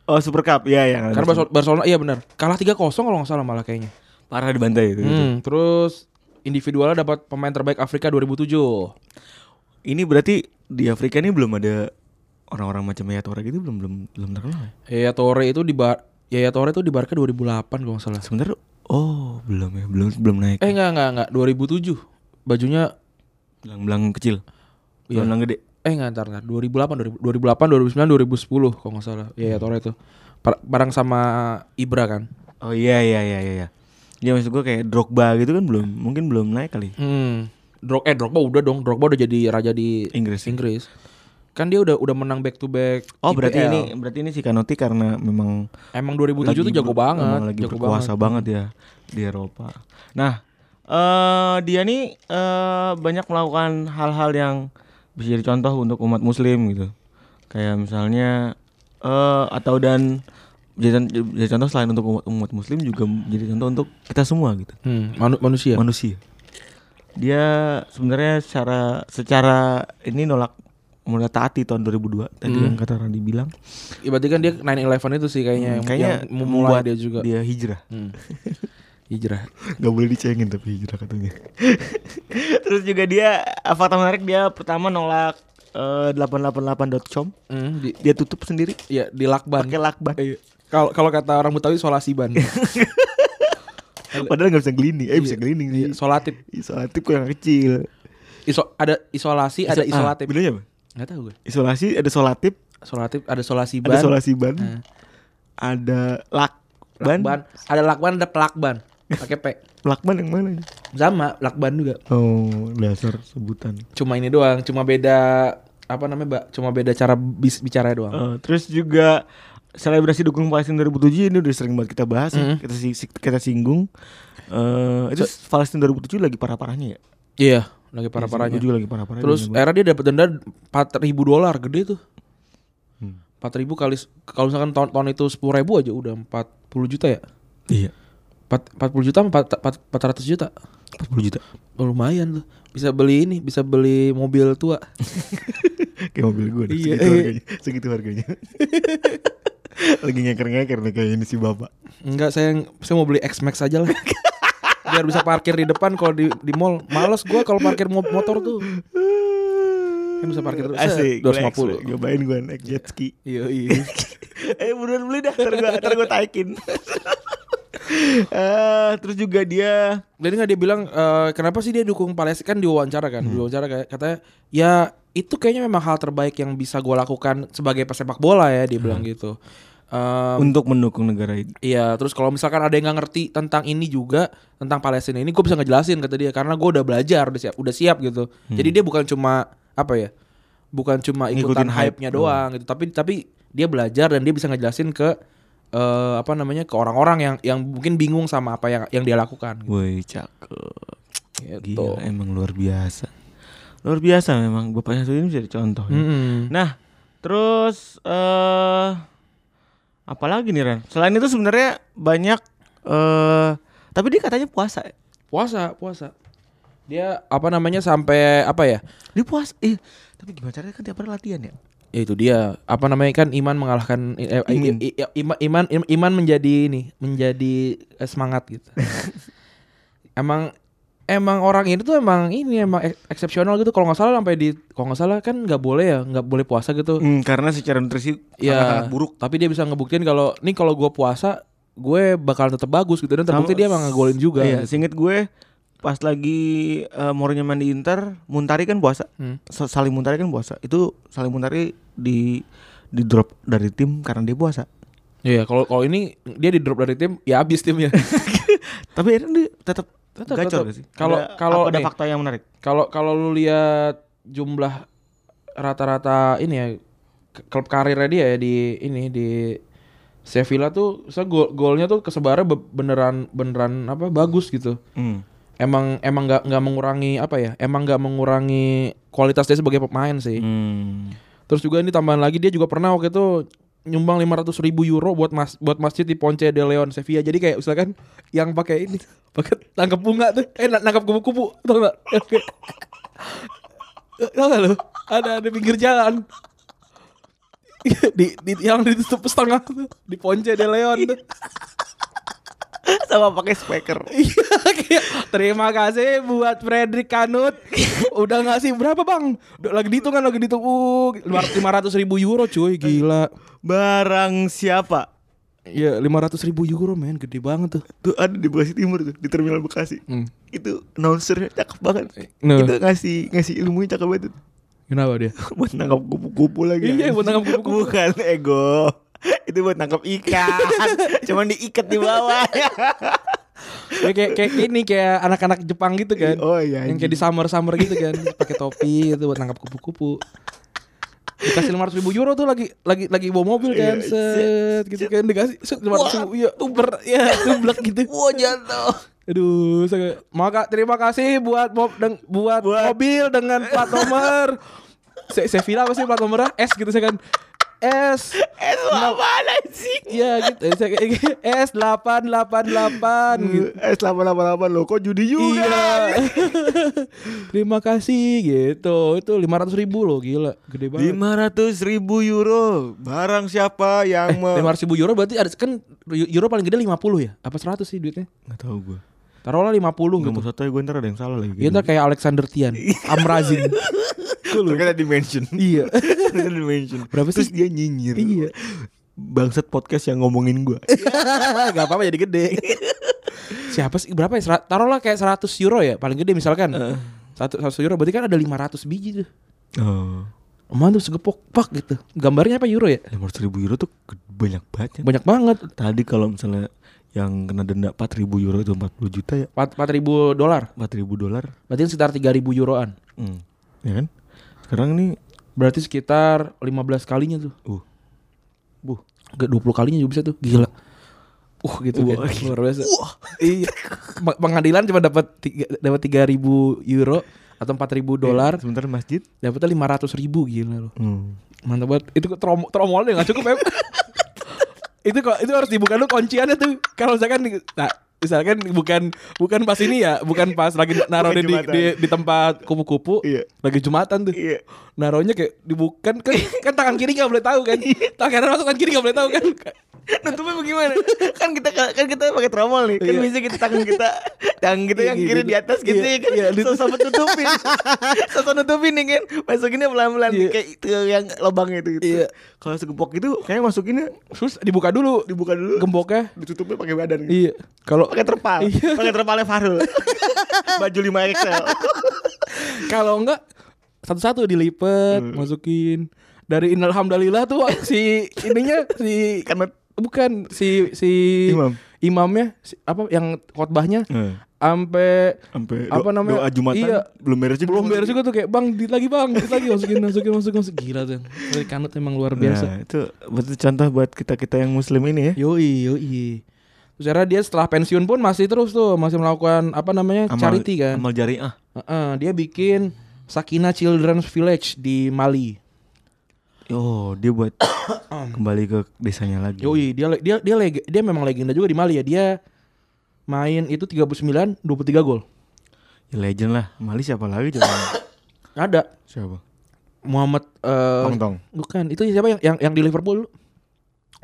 Speaker 3: Oh Super Cup ya yang
Speaker 2: Karena Barcelona, Barcelona- iya benar. Kalah 3-0 kalau nggak salah malah kayaknya.
Speaker 3: parah dibantai itu.
Speaker 2: Hmm, terus individualnya dapat pemain terbaik Afrika 2007.
Speaker 3: Ini berarti di Afrika ini belum ada orang-orang macam Yaya Toure gitu belum belum belum terkenal. ya?
Speaker 2: Yaya Torre itu di Bar Yaya Torre itu di Barca 2008 kalau nggak salah.
Speaker 3: Sebentar oh belum ya belum belum naik.
Speaker 2: Eh enggak enggak enggak 2007. Bajunya
Speaker 3: Belang-belang kecil.
Speaker 2: Iya.
Speaker 3: Belang-belang gede.
Speaker 2: eh enggak ntar ntar 2008 2000 2008 2009 2010 kalau nggak salah. Yaya Torre itu Par- bareng sama Ibra kan.
Speaker 3: Oh iya iya iya iya. iya. Ya maksud gua kayak Drogba gitu kan belum mungkin belum naik kali.
Speaker 2: Hmm. Drog eh Drogba udah dong. Drogba udah jadi raja di
Speaker 3: Inggris.
Speaker 2: Inggris. Kan dia udah udah menang back to back.
Speaker 3: Oh berarti
Speaker 2: IPL.
Speaker 3: ini berarti ini si Kanoti karena memang
Speaker 2: emang 2007 tuh
Speaker 3: lagi
Speaker 2: jago
Speaker 3: ber-
Speaker 2: banget,
Speaker 3: emang lagi
Speaker 2: jago
Speaker 3: berkuasa banget. ya di Eropa. Nah, eh dia nih eh banyak melakukan hal-hal yang bisa jadi contoh untuk umat muslim gitu. Kayak misalnya eh atau dan jadi, jadi contoh selain untuk umat, umat muslim juga jadi contoh untuk kita semua gitu.
Speaker 2: Hmm, manu- manusia.
Speaker 3: Manusia. Dia sebenarnya secara secara ini nolak menolak taati tahun 2002 tadi yang kata Randy bilang.
Speaker 2: Ya, berarti kan dia 911 itu sih kayaknya yang,
Speaker 3: Hmm, Kayaknya
Speaker 2: yang memulai
Speaker 3: membuat
Speaker 2: dia juga Hmm.
Speaker 3: Dia Hmm. hijrah.
Speaker 2: hijrah.
Speaker 3: nggak boleh dicengin tapi hijrah katanya terus juga dia eh, fakta menarik dia pertama nolak eh, 888.com
Speaker 2: Hmm, di
Speaker 3: dia tutup sendiri
Speaker 2: ya di Lakban. Iya.
Speaker 3: pakai lakban
Speaker 2: Kalau kalau kata orang Betawi solasiban.
Speaker 3: padahal nggak bisa gelinding eh bisa gelinding sih
Speaker 2: Solatif.
Speaker 3: isolatif kurang kecil
Speaker 2: Iso, ada isolasi, ada
Speaker 3: Iso-
Speaker 2: isolatif.
Speaker 3: ah, benernya apa?
Speaker 2: Enggak tahu gue.
Speaker 3: isolasi ada solatif
Speaker 2: Solatif ada solasiban.
Speaker 3: ada solasiban
Speaker 2: Nah.
Speaker 3: ada lakban
Speaker 2: Lakban. Ada lakban, ada pelakban. Pakai P.
Speaker 3: lakban yang mana
Speaker 2: Sama lakban juga.
Speaker 3: oh dasar sebutan
Speaker 2: Cuma ini doang, cuma beda apa namanya, Mbak? Cuma beda cara bis, bicara doang.
Speaker 3: Eh, terus juga selebrasi dukung Palestina 2007 ini udah sering banget kita bahas, ya.
Speaker 2: Mm-hmm.
Speaker 3: kita si- si- kita singgung. Eh itu Palestina 2007 lagi parah-parahnya ya.
Speaker 2: Iya, lagi parah-parahnya.
Speaker 3: 2007 lagi parah-parahnya. Iya.
Speaker 2: Terus
Speaker 3: Bener-bener.
Speaker 2: era dia dapat denda 4000 dolar gede tuh. 4000 kali kalau misalkan tahun tahun itu 10.000 aja udah 40 juta ya.
Speaker 3: iya,
Speaker 2: Empat- 40 juta sama empat- empat- 400 juta.
Speaker 3: 40 juta.
Speaker 2: Oh, lumayan tuh. Bisa beli ini, bisa beli mobil tua.
Speaker 3: Kayak mobil gue deh,
Speaker 2: Iya, iya.
Speaker 3: segitu harganya. Segitu harganya. lagi ngeker-ngeker nih kayak ini si bapak.
Speaker 2: Enggak, saya saya mau beli X-Max aja lah. Biar bisa parkir di depan kalau di di mall. Males gua kalau parkir mo- motor tuh. Kan bisa parkir terus,
Speaker 3: Asik,
Speaker 2: set, 250.
Speaker 3: 250. Nyobain gue naik jet ski.
Speaker 2: Iya, iya.
Speaker 3: eh buruan beli dah, ntar gue ntar gue taikin. Eh, terus juga dia
Speaker 2: Jadi nggak dia bilang eh, kenapa sih dia dukung Palestina kan diwawancara kan, diwawancara kayak katanya ya itu kayaknya memang hal terbaik yang bisa gue lakukan sebagai pesepak bola ya dia bilang gitu. Em,
Speaker 3: untuk mendukung negara ini.
Speaker 2: Iya, terus kalau misalkan ada yang nggak ngerti tentang ini juga tentang Palestina ini, gue bisa ngejelasin kata dia karena gue udah belajar, udah siap, udah siap gitu.
Speaker 3: Hmm.
Speaker 2: Jadi dia bukan cuma apa ya, bukan cuma ikutan
Speaker 3: Ngikutin hype
Speaker 2: hype-nya doang gitu, tapi tapi dia belajar dan dia bisa ngejelasin ke eh, apa namanya ke orang-orang yang yang mungkin bingung sama apa yang yang dia lakukan. Gitu.
Speaker 3: Woi, cakep.
Speaker 2: Gitu.
Speaker 3: Gila, emang luar biasa. Luar biasa memang bapaknya satu ini bisa dicontoh. ya.
Speaker 2: Mm-mm.
Speaker 3: Nah, terus eh apa lagi nih Ran? Selain itu sebenarnya banyak eh tapi dia katanya puasa. ya?
Speaker 2: Puasa, puasa. Dia apa namanya sampai apa ya?
Speaker 3: Dia puasa. Eh, tapi gimana caranya kan tiap hari latihan ya?
Speaker 2: Ya itu dia apa namanya kan iman mengalahkan eh, i-
Speaker 3: Imin.
Speaker 2: i- i- iman iman iman menjadi ini menjadi eh, semangat gitu. emang emang orang ini tuh emang ini emang ek- eksepsional gitu kalau nggak salah sampai di kalau nggak salah kan nggak boleh ya nggak boleh puasa gitu.
Speaker 3: Hmm, karena secara nutrisi
Speaker 2: Ya
Speaker 3: sangat-sangat buruk.
Speaker 2: Tapi dia bisa ngebuktiin kalau nih kalau gua puasa gue bakal tetap bagus gitu dan terbukti dia emang ngegolin juga.
Speaker 3: Iya,
Speaker 2: gitu.
Speaker 3: seinget gue pas lagi eh, Mourinho main di Inter, Muntari kan puasa.
Speaker 2: Hmm.
Speaker 3: Sa- Saling Muntari kan puasa. Itu Saling Muntari di di drop dari tim karena dia puasa.
Speaker 2: Iya, kalau kalau ini dia di drop dari tim ya habis timnya.
Speaker 3: Tapi akhirnya dia tetap
Speaker 2: Tetap,
Speaker 3: gacor
Speaker 2: tetap.
Speaker 3: gak sih?
Speaker 2: Kalau-
Speaker 3: Ada-
Speaker 2: kalau
Speaker 3: apa ada
Speaker 2: nih.
Speaker 3: fakta yang menarik.
Speaker 2: Kalau kalau lu lihat jumlah rata-rata ini ya ke- klub karirnya dia ya di ini di Sevilla tuh saya gol golnya tuh kesebarnya be- beneran beneran apa bagus gitu.
Speaker 3: Hmm.
Speaker 2: Emang emang nggak nggak mengurangi apa ya? Emang nggak mengurangi kualitas dia sebagai pemain sih.
Speaker 3: Hmm.
Speaker 2: Terus juga ini tambahan lagi dia juga pernah waktu itu nyumbang 500 ribu euro buat mas buat masjid di Ponce de Leon Sevilla. Jadi kayak misalkan yang pakai ini pakai tangkap bunga tuh, eh na- nangkap kupu-kupu, tau nggak? Yang kayak- Tau nggak lo? Ada di pinggir jalan. di, di- yang ditutup setengah tuh di Ponce de Leon tuh.
Speaker 3: Sama pakai speaker.
Speaker 2: Iya, kayak, Terima kasih buat Frederick Kanut Udah ngasih berapa bang? Udah Lagi dihitung kan lagi dihitung uh, 500 ribu euro cuy gila
Speaker 3: Barang siapa?
Speaker 2: Iya 500 ribu euro men gede banget tuh
Speaker 3: Tuh ada di Bekasi Timur tuh, di Terminal Bekasi.
Speaker 2: Hmm.
Speaker 3: Itu announcernya cakep banget.
Speaker 2: Nah.
Speaker 3: Itu ngasih ngasih ilmunya cakep banget.
Speaker 2: Kenapa dia?
Speaker 3: buat nangkap kupu-kupu lagi.
Speaker 2: Iya, buat nangkap kupu-kupu.
Speaker 3: Bukan ego. Itu buat nangkap ikan. Cuman diikat di bawah.
Speaker 2: Ya, kayak kayak ini kayak anak-anak Jepang gitu kan
Speaker 3: Oh, iya,
Speaker 2: Yang kayak di summer-summer gitu kan pakai topi itu buat nangkap kupu-kupu dikasih 500 ribu euro tuh lagi lagi lagi bawa mobil kan
Speaker 3: Iya,
Speaker 2: set gitu kan dikasih set 500 ribu iya tuber ya tublek gitu
Speaker 3: Wah, jatuh.
Speaker 2: Aduh, saya- maka terima kasih buat mob, deng- buat,
Speaker 3: Buat-
Speaker 2: mobil dengan plat nomor Se Sevilla apa sih plat nomornya? S gitu saya kan. S
Speaker 3: Eh, lu apaan sih?
Speaker 2: ya gitu saya kayak- S 888 gitu.
Speaker 3: Eh, selama lama-lama lo kok judi juga.
Speaker 2: Iya. terima kasih gitu. Itu 500 ribu loh, gila. Gede banget.
Speaker 3: Lima ratus ribu euro. Barang siapa yang mau?
Speaker 2: Lima ribu euro berarti ada kan euro paling gede 50 ya? Apa 100 sih duitnya?
Speaker 3: Nggak tahu gue.
Speaker 2: Taruhlah 50
Speaker 3: Nggak
Speaker 2: gitu.
Speaker 3: mau sotoy gue ntar ada yang salah lagi.
Speaker 2: Ya ntar kayak Alexander Tian, Amrazin.
Speaker 3: Terkena dimension.
Speaker 2: iya.
Speaker 3: Terkena dimension.
Speaker 2: Berapa
Speaker 3: Terus
Speaker 2: sih?
Speaker 3: dia nyinyir.
Speaker 2: Iya.
Speaker 3: Bangsat podcast yang ngomongin gue.
Speaker 2: Gak apa-apa jadi gede Siapa sih berapa ya Serat- Taruhlah kayak 100 euro ya Paling gede misalkan Satu 100 euro berarti kan ada 500 biji tuh
Speaker 3: Oh.
Speaker 2: Emang tuh segepok pak gitu Gambarnya apa euro ya
Speaker 3: Lima ratus ribu euro tuh gede- banyak banget. ya.
Speaker 2: Banyak banget
Speaker 3: Tadi kalau misalnya yang kena denda 4000 euro itu 40 juta ya
Speaker 2: 4 ribu dolar
Speaker 3: 4000 dolar
Speaker 2: Berarti sekitar 3 ribu euroan
Speaker 3: hmm. Ya kan Sekarang ini
Speaker 2: Berarti sekitar 15 kalinya tuh
Speaker 3: uh,
Speaker 2: Buh Gak 20 kalinya juga bisa tuh Gila Uh gitu
Speaker 3: Wah,
Speaker 2: kan. Luar biasa Iya Peng- Pengadilan cuma dapat tiga- dapat 3 ribu euro Atau 4 ribu
Speaker 3: Iya.
Speaker 2: dolar
Speaker 3: Eh, Sebentar masjid
Speaker 2: Dapatnya 500 ribu gila loh
Speaker 3: hmm.
Speaker 2: Mantap banget. Itu kok tromo tromolnya nggak cukup ya. itu kok itu harus dibuka dulu kunciannya tuh. Kalau misalkan di- nah, misalkan bukan bukan pas ini ya, bukan pas lagi naruh di,
Speaker 3: Bukan
Speaker 2: di,
Speaker 3: Jumatan.
Speaker 2: di- di tempat kupu-kupu,
Speaker 3: Iya.
Speaker 2: lagi jumatan tuh.
Speaker 3: Iya.
Speaker 2: Naruhnya kayak dibukan kan, kan tangan kiri nggak boleh tahu kan.
Speaker 3: Iya.
Speaker 2: Tangan kanan masuk tangan kiri nggak boleh tahu kan.
Speaker 3: Nutupnya bagaimana Kan kita kan kita pakai tromol nih Kan
Speaker 2: Iya.
Speaker 3: bisa kita tangan kita Tangan kita yang
Speaker 2: Iya,
Speaker 3: kiri
Speaker 2: gitu.
Speaker 3: di atas gitu
Speaker 2: Iya,
Speaker 3: ya kan
Speaker 2: iya, gitu.
Speaker 3: Sosok nutupin Sosok nutupin nih kan Masukinnya pelan-pelan
Speaker 2: Iya.
Speaker 3: Kayak itu yang lubangnya itu gitu.
Speaker 2: Iya.
Speaker 3: Kalau segepok itu Kayaknya masukinnya
Speaker 2: Terus dibuka dulu
Speaker 3: dibuka dulu
Speaker 2: gemboknya.
Speaker 3: Ditutupnya pakai badan gitu.
Speaker 2: Iya. Kalau
Speaker 3: Pakai terpal
Speaker 2: Iya.
Speaker 3: Pakai terpalnya Farul Baju 5 XL
Speaker 2: Kalau enggak satu-satu
Speaker 3: Hmm.
Speaker 2: dilipet, masukin. Dari Innalhamdalillah tuh si ininya si
Speaker 3: Karena
Speaker 2: bukan si si
Speaker 3: Kan. Imam.
Speaker 2: imamnya si- apa yang khotbahnya
Speaker 3: Eh,
Speaker 2: sampai
Speaker 3: sampai
Speaker 2: Apa
Speaker 3: do-
Speaker 2: namanya?
Speaker 3: doa jumatan
Speaker 2: Iya.
Speaker 3: belum beres juga
Speaker 2: belum beres juga tuh kayak bang dit lagi bang dit lagi masukin masukin masukin masukin gila tuh dari kanut emang luar biasa Iya,
Speaker 3: Nah, itu betul contoh buat kita kita yang muslim ini ya
Speaker 2: yoi yoi terus akhirnya dia setelah pensiun pun masih terus tuh masih melakukan apa namanya charity kan
Speaker 3: amal jariah
Speaker 2: Heeh, dia bikin Sakina Children's Village di Mali
Speaker 3: oh dia buat kembali ke desanya lagi
Speaker 2: Yoi, dia dia dia leg- dia memang legenda juga di Mali ya. Dia main itu 39 23 gol.
Speaker 3: Ya, legend lah Mali siapa lagi coba
Speaker 2: Ada
Speaker 3: siapa
Speaker 2: Muhammad eh,
Speaker 3: Tong Tong
Speaker 2: bukan itu siapa yang yang, yang di Liverpool?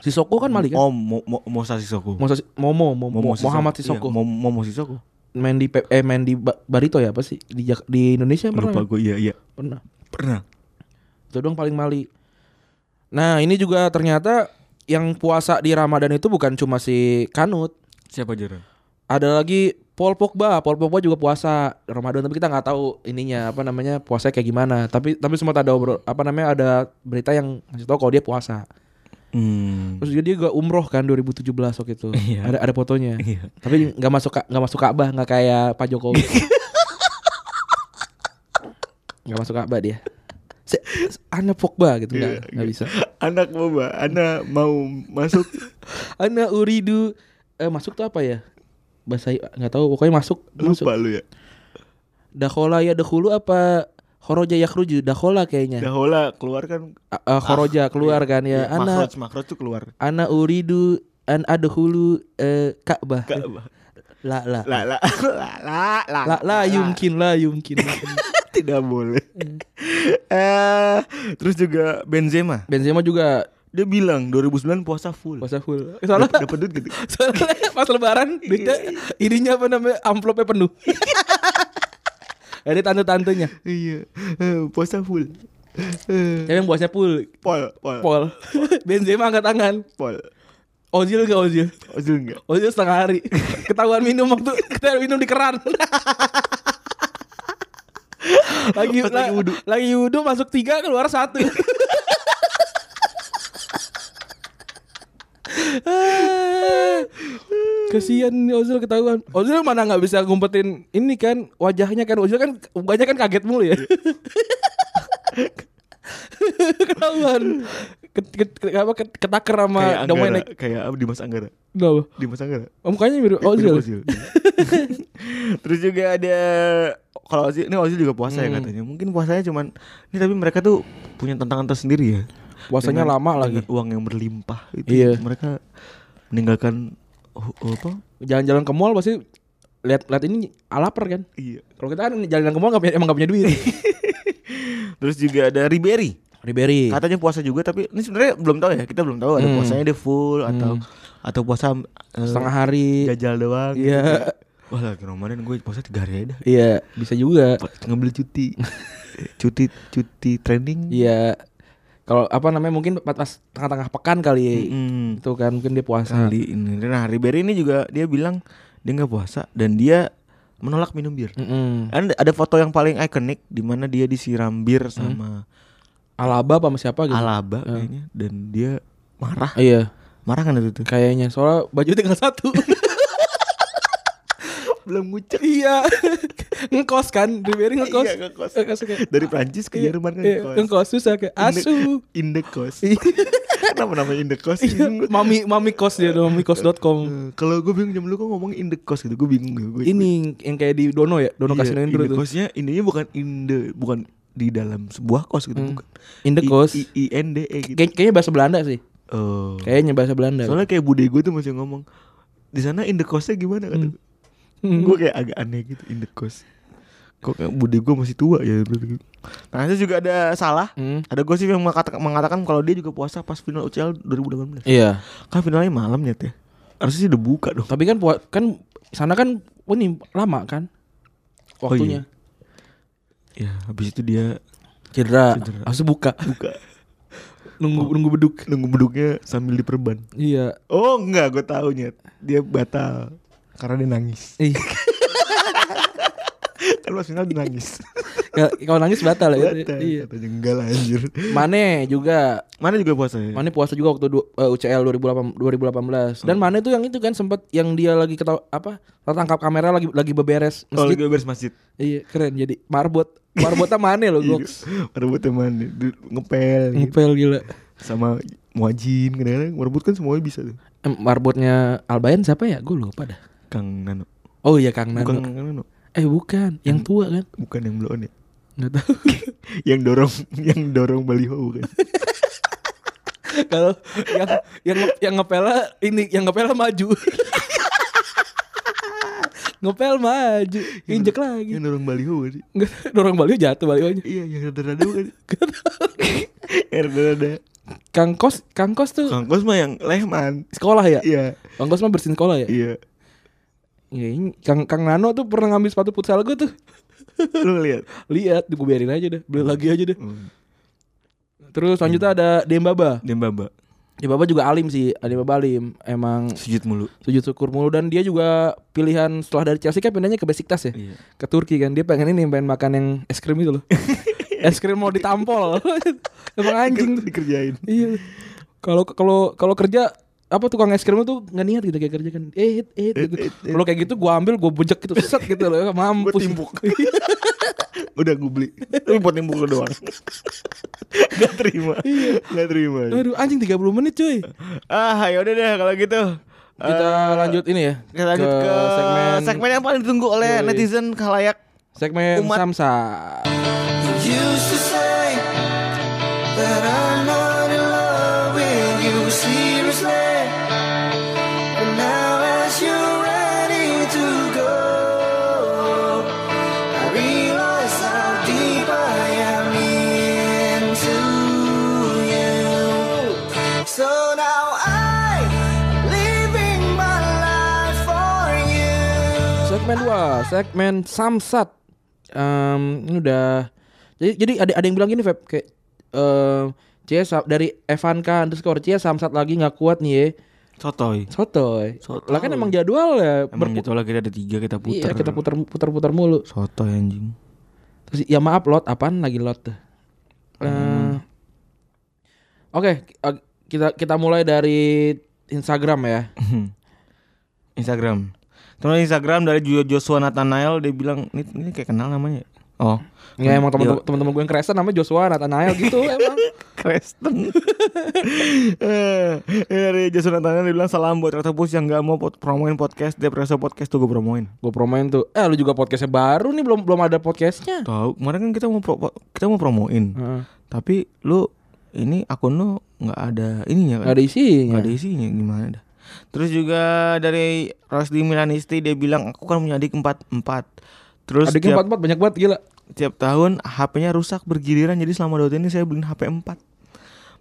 Speaker 2: Sisoko kan Mali kan?
Speaker 3: oh Mo Mo Mosa Sissoko
Speaker 2: Mosa- Momo, Momo, Muhammad
Speaker 3: Iya,
Speaker 2: Sisoko.
Speaker 3: Mo- Momo Sissoko
Speaker 2: main di Pe- eh main di Ba- Barito ya apa sih? Di Jak- di Indonesia pernah.
Speaker 3: lupa
Speaker 2: ya?
Speaker 3: gue iya iya
Speaker 2: Pernah.
Speaker 3: pernah
Speaker 2: Itu doang paling Mali. Nah, ini juga ternyata yang puasa di Ramadan itu bukan cuma si Kanut,
Speaker 3: siapa Jaron
Speaker 2: Ada lagi Paul Pogba, Paul Pogba juga puasa Ramadan tapi kita nggak tahu ininya apa namanya puasa kayak gimana. Tapi tapi sempat ada obrol apa namanya ada berita yang ngasih tahu kalau dia puasa.
Speaker 3: hmm
Speaker 2: Terus dia dia juga umroh kan 2017 waktu itu.
Speaker 3: Iya.
Speaker 2: Ada ada fotonya.
Speaker 3: Iya.
Speaker 2: Tapi nggak masuk Ka- nggak masuk Ka'bah, nggak kayak Pak Jokowi. nggak masuk Ka'bah dia. Se- se- Anak Pogba gitu nggak nggak bisa.
Speaker 3: anak boba anak mau masuk
Speaker 2: Anak Uridu eh, masuk tuh apa ya? Bahasa nggak tahu pokoknya masuk masuk.
Speaker 3: lupa lu ya
Speaker 2: Dakhola ya dahulu apa Horoja yakhruju Dakhola kayaknya.
Speaker 3: Dahola Nah, keluar kan
Speaker 2: A- uh, Horoja keluar kan ya. Ana
Speaker 3: iya, Makhraj Makhraj tuh keluar
Speaker 2: ana uridu an adhulu eh, Ka'bah.
Speaker 3: Ka'bah.
Speaker 2: La la.
Speaker 3: lah lah lah lah lah
Speaker 2: La la yumkin la yumkin.
Speaker 3: tidak boleh
Speaker 2: Hmm.
Speaker 3: eh terus juga Benzema
Speaker 2: Benzema juga
Speaker 3: dia bilang 2009 puasa full
Speaker 2: puasa full. Eh, Soalnya
Speaker 3: Dap- dapet duit gitu
Speaker 2: soalnya pas lebaran
Speaker 3: Iya.
Speaker 2: duitnya ininya apa namanya amplopnya penuh. Ada tante-tantenya.
Speaker 3: iya Eh, puasa full Eh,
Speaker 2: Tapi yang puasnya full.
Speaker 3: pol pol pol
Speaker 2: Pol. Benzema angkat tangan. Ozil enggak Ozil?
Speaker 3: Ozil enggak
Speaker 2: Oh dia setengah hari Ketahuan minum waktu Ketahuan minum di keran Lagi
Speaker 3: Pas lagi
Speaker 2: lagi wudu Lagi wudu masuk tiga keluar satu Ah, Kesian Ozil ketahuan Ozil mana nggak bisa ngumpetin Ini kan wajahnya kan Ozil kan Wajahnya kan kaget mulu ya Ketahuan Ket- ket- ket- apa, ket- Ketaker
Speaker 3: kayak
Speaker 2: sama
Speaker 3: Anggara
Speaker 2: Dominic
Speaker 3: kayak apa, Dimas Anggara
Speaker 2: Kenapa?
Speaker 3: Dimas Anggara
Speaker 2: Oh, mukanya mirip
Speaker 3: Mirip
Speaker 2: Ozil.
Speaker 3: Ozil. Terus juga ada kalau Ozil ini Ozil juga puasa
Speaker 2: Hmm.
Speaker 3: ya katanya. Mungkin puasanya cuman ini tapi mereka tuh punya tantangan tersendiri ya.
Speaker 2: Puasanya
Speaker 3: Dengan-
Speaker 2: lama lagi.
Speaker 3: dengan uang yang berlimpah itu
Speaker 2: Iya.
Speaker 3: mereka meninggalkan oh, oh, apa?
Speaker 2: Jalan-jalan ke mall pasti lihat lihat ini lapar kan.
Speaker 3: Iya.
Speaker 2: Kalau kita kan jalan ke mall nggak punya, emang gak punya duit.
Speaker 3: Terus juga ada Ribery.
Speaker 2: Ribery.
Speaker 3: Katanya puasa juga tapi ini sebenarnya belum tahu ya. Kita belum tahu ada
Speaker 2: Iya. Hmm.
Speaker 3: puasanya dia full atau atau puasa eh,
Speaker 2: Setengah hari.
Speaker 3: jajal doang. gitu.
Speaker 2: Iya.
Speaker 3: Wah lagi Ramadan gue puasa tiga hari aja dah.
Speaker 2: Iya, bisa juga.
Speaker 3: Ngambil cuti. cuti cuti training.
Speaker 2: Iya. Kalau apa namanya mungkin pas pas tengah-tengah pekan kali ya.
Speaker 3: Mm.
Speaker 2: Itu kan mungkin dia puasa.
Speaker 3: kali ini. Nah, Ribery ini juga dia bilang dia nggak puasa dan dia menolak minum bir.
Speaker 2: Mm-mm.
Speaker 3: Ada, ada foto yang paling ikonik di mana dia disiram bir sama
Speaker 2: Alaba apa sama siapa gitu.
Speaker 3: Alaba kayaknya dan dia marah.
Speaker 2: Iya,
Speaker 3: Marah kan itu tuh?
Speaker 2: kayaknya soalnya baju tinggal satu.
Speaker 3: Belum ngucek.
Speaker 2: iya. ngekos kan, Ribery ngekos.
Speaker 3: Iya, ngekos.
Speaker 2: Ngekos kayak,
Speaker 3: Dari Prancis ke
Speaker 2: iya,
Speaker 3: Jerman kan
Speaker 2: iya,
Speaker 3: ngekos.
Speaker 2: Ngekos susah kayak asu.
Speaker 3: Indekos.
Speaker 2: Iya.
Speaker 3: Kenapa namanya Indekos?
Speaker 2: Iya, mami mami kos dia dong, mamikos.com.
Speaker 3: Eh, Kalau gue bingung jam lu kok ngomong Indekos gitu, gue bingung Iya, gue.
Speaker 2: Ini yang kayak di Dono ya, Dono kasih Kasino Indro tuh.
Speaker 3: Indekosnya ininya bukan inde, bukan di dalam sebuah kos gitu, bukan.
Speaker 2: Indekos.
Speaker 3: I, I, I N D E gitu.
Speaker 2: Kay- kayaknya bahasa Belanda sih.
Speaker 3: Oh.
Speaker 2: Kayaknya bahasa Belanda.
Speaker 3: Soalnya kayak bude gue tuh masih ngomong di sana indekosnya gimana kata
Speaker 2: Hmm.
Speaker 3: gue. Gue kayak agak aneh gitu indekos. Kok kayak bude gue masih tua ya. Nah itu juga ada salah.
Speaker 2: Hmm.
Speaker 3: Ada gosip yang mengatakan, mengatakan kalau dia juga puasa pas final UCL 2018.
Speaker 2: Iya.
Speaker 3: Kan finalnya malam ya teh. Harusnya sih udah buka dong.
Speaker 2: Tapi kan puas kan sana kan oh ini lama kan
Speaker 3: Oh, iya.
Speaker 2: waktunya.
Speaker 3: Ya habis itu dia
Speaker 2: Cedera.
Speaker 3: Cedera.
Speaker 2: Harus buka.
Speaker 3: buka
Speaker 2: Nunggu nunggu beduk.
Speaker 3: nunggu beduknya sambil diperban.
Speaker 2: Iya.
Speaker 3: Oh enggak gue tahu nyet. Dia batal karena dia nangis.
Speaker 2: Ih,
Speaker 3: Kan pas final dia nangis.
Speaker 2: Ya, Kalau nangis batal ya. gitu.
Speaker 3: Batal,
Speaker 2: Iya.
Speaker 3: katanya enggak lah anjir.
Speaker 2: Mane juga
Speaker 3: Mana juga puasa ya?
Speaker 2: Mane puasa juga waktu du- eh, UCL 2008 2018.
Speaker 3: Hmm.
Speaker 2: Dan Mane tuh yang itu kan sempat yang dia lagi ketawa apa? Tertangkap kamera lagi lagi beberes
Speaker 3: Oh, lagi
Speaker 2: masjid.
Speaker 3: beres masjid.
Speaker 2: Iya, keren jadi marbot. Marbotnya Mane loh,
Speaker 3: Iya.
Speaker 2: Goks.
Speaker 3: Merebut teman du- ngepel gitu.
Speaker 2: Ngepel gila.
Speaker 3: sama muajin kadang-kadang merebut kan semuanya bisa tuh.
Speaker 2: Em, Marbotnya Albayan siapa ya? Gue lupa dah.
Speaker 3: Kang Nano.
Speaker 2: Oh iya Kang Nano.
Speaker 3: Bukan Kang Nano.
Speaker 2: Eh bukan, yang tua kan?
Speaker 3: Bukan yang blow on ya.
Speaker 2: Nggak tahu.
Speaker 3: yang dorong yang dorong baliho bukan.
Speaker 2: Kalau yang yang yang ngepelnya ini yang ngepelnya maju. ngepel maju, injek lagi.
Speaker 3: yang dorong baliho bukan sih?
Speaker 2: Nggak tahu, dorong baliho jatuh balionya.
Speaker 3: Iya, yang rada-rada bukan. yang rada-rada.
Speaker 2: Kang Kos, Kang Kos tuh
Speaker 3: Kang Kos mah yang lehman.
Speaker 2: sekolah ya?
Speaker 3: Iya,
Speaker 2: Kang Kos mah bersin sekolah ya?
Speaker 3: iya.
Speaker 2: Iya, ini Kang Kang Nano tuh pernah ngambil sepatu futsal gue tuh.
Speaker 3: Lu lihat.
Speaker 2: Lihat, gue biarin aja dah, beli lagi aja deh.
Speaker 3: Hmm.
Speaker 2: Terus selanjutnya ada Dembaba.
Speaker 3: Dembaba
Speaker 2: Dembaba juga alim sih, Dembaba alim. Emang
Speaker 3: sujud mulu.
Speaker 2: sujud syukur mulu dan dia juga pilihan setelah dari Chelsea kan pindahnya ke Besiktas ya.
Speaker 3: Iya.
Speaker 2: Ke Turki kan. Dia pengen ini pengen makan yang es krim itu loh. es krim mau ditampol. Emang anjing. tuh.
Speaker 3: dikerjain.
Speaker 2: iya. Kalau kalau kalau kerja apa tukang es krim tuh nggak niat gitu kayak kerja kan eh eh, eh gitu.
Speaker 3: Eh, eh, eh.
Speaker 2: Kalau kayak gitu gua ambil gua bejek gitu set gitu loh mampus
Speaker 3: Buat timbuk. Udah gue beli. Tapi buat timbuk lu doang. Gak terima. Gak terima.
Speaker 2: aduh anjing 30 menit cuy
Speaker 3: Ah, ya udah deh kalau gitu.
Speaker 2: kita lanjut ini ya
Speaker 3: Eh, kita lanjut ke,
Speaker 2: segmen
Speaker 3: segmen yang paling ditunggu oleh
Speaker 2: Yoi.
Speaker 3: netizen kalayak.
Speaker 2: segmen
Speaker 3: umat.
Speaker 2: samsa
Speaker 4: Used to say that I'm not in love with you seriously, but now as you're ready to go, I realize how deep I am into you. So now I'm living my life for you.
Speaker 2: segmen 2 segmen samsat Em, ini udah jadi jadi ada ada yang bilang gini Feb kayak em Cie sa- dari Evanka underscore Cie samsat lagi nggak kuat nih ye
Speaker 3: Sotoy.
Speaker 2: Sotoy.
Speaker 3: Sotoy.
Speaker 2: Lah kan emang jadwal ya
Speaker 3: Emang
Speaker 2: berputar.
Speaker 3: gitu lah kita ada tiga kita putar.
Speaker 2: Iya, kita putar putar putar mulu.
Speaker 3: Sotoy anjing.
Speaker 2: Terus ya maaf lot apaan lagi lot tuh. Eh,
Speaker 3: Hmm.
Speaker 2: Oke, eh, kita kita mulai dari Instagram ya.
Speaker 3: Instagram. Teman Instagram dari Jo- Joshua Nathanael dia bilang ini, ini kayak kenal namanya. ya?" Oh,
Speaker 2: Ya emang teman-teman
Speaker 3: iya.
Speaker 2: teman-teman gue yang keresen namanya Joshua Nathanael gitu emang.
Speaker 3: Kristen. Eh, Dari Jason Natanya dia bilang salam buat Retropus yang gak mau pot- promoin podcast Depreso Podcast tuh gue promoin.
Speaker 2: Gue promoin tuh. Eh lu juga podcastnya baru nih belum belum ada podcastnya.
Speaker 3: Tahu, kemarin kan kita mau pro- kita mau promoin.
Speaker 2: Heeh.
Speaker 3: Tapi lu ini akun lu nggak ada ininya
Speaker 2: Gak
Speaker 3: kan?
Speaker 2: ada isinya.
Speaker 3: Nggak ada isinya gimana dah. Terus juga dari Rosli Milanisti dia bilang aku kan punya adik empat empat. Terus
Speaker 2: Adiknya
Speaker 3: tiap,
Speaker 2: empat empat banyak banget gila.
Speaker 3: tiap tahun HP-nya rusak bergiliran jadi selama dua tahun ini saya beliin HP 4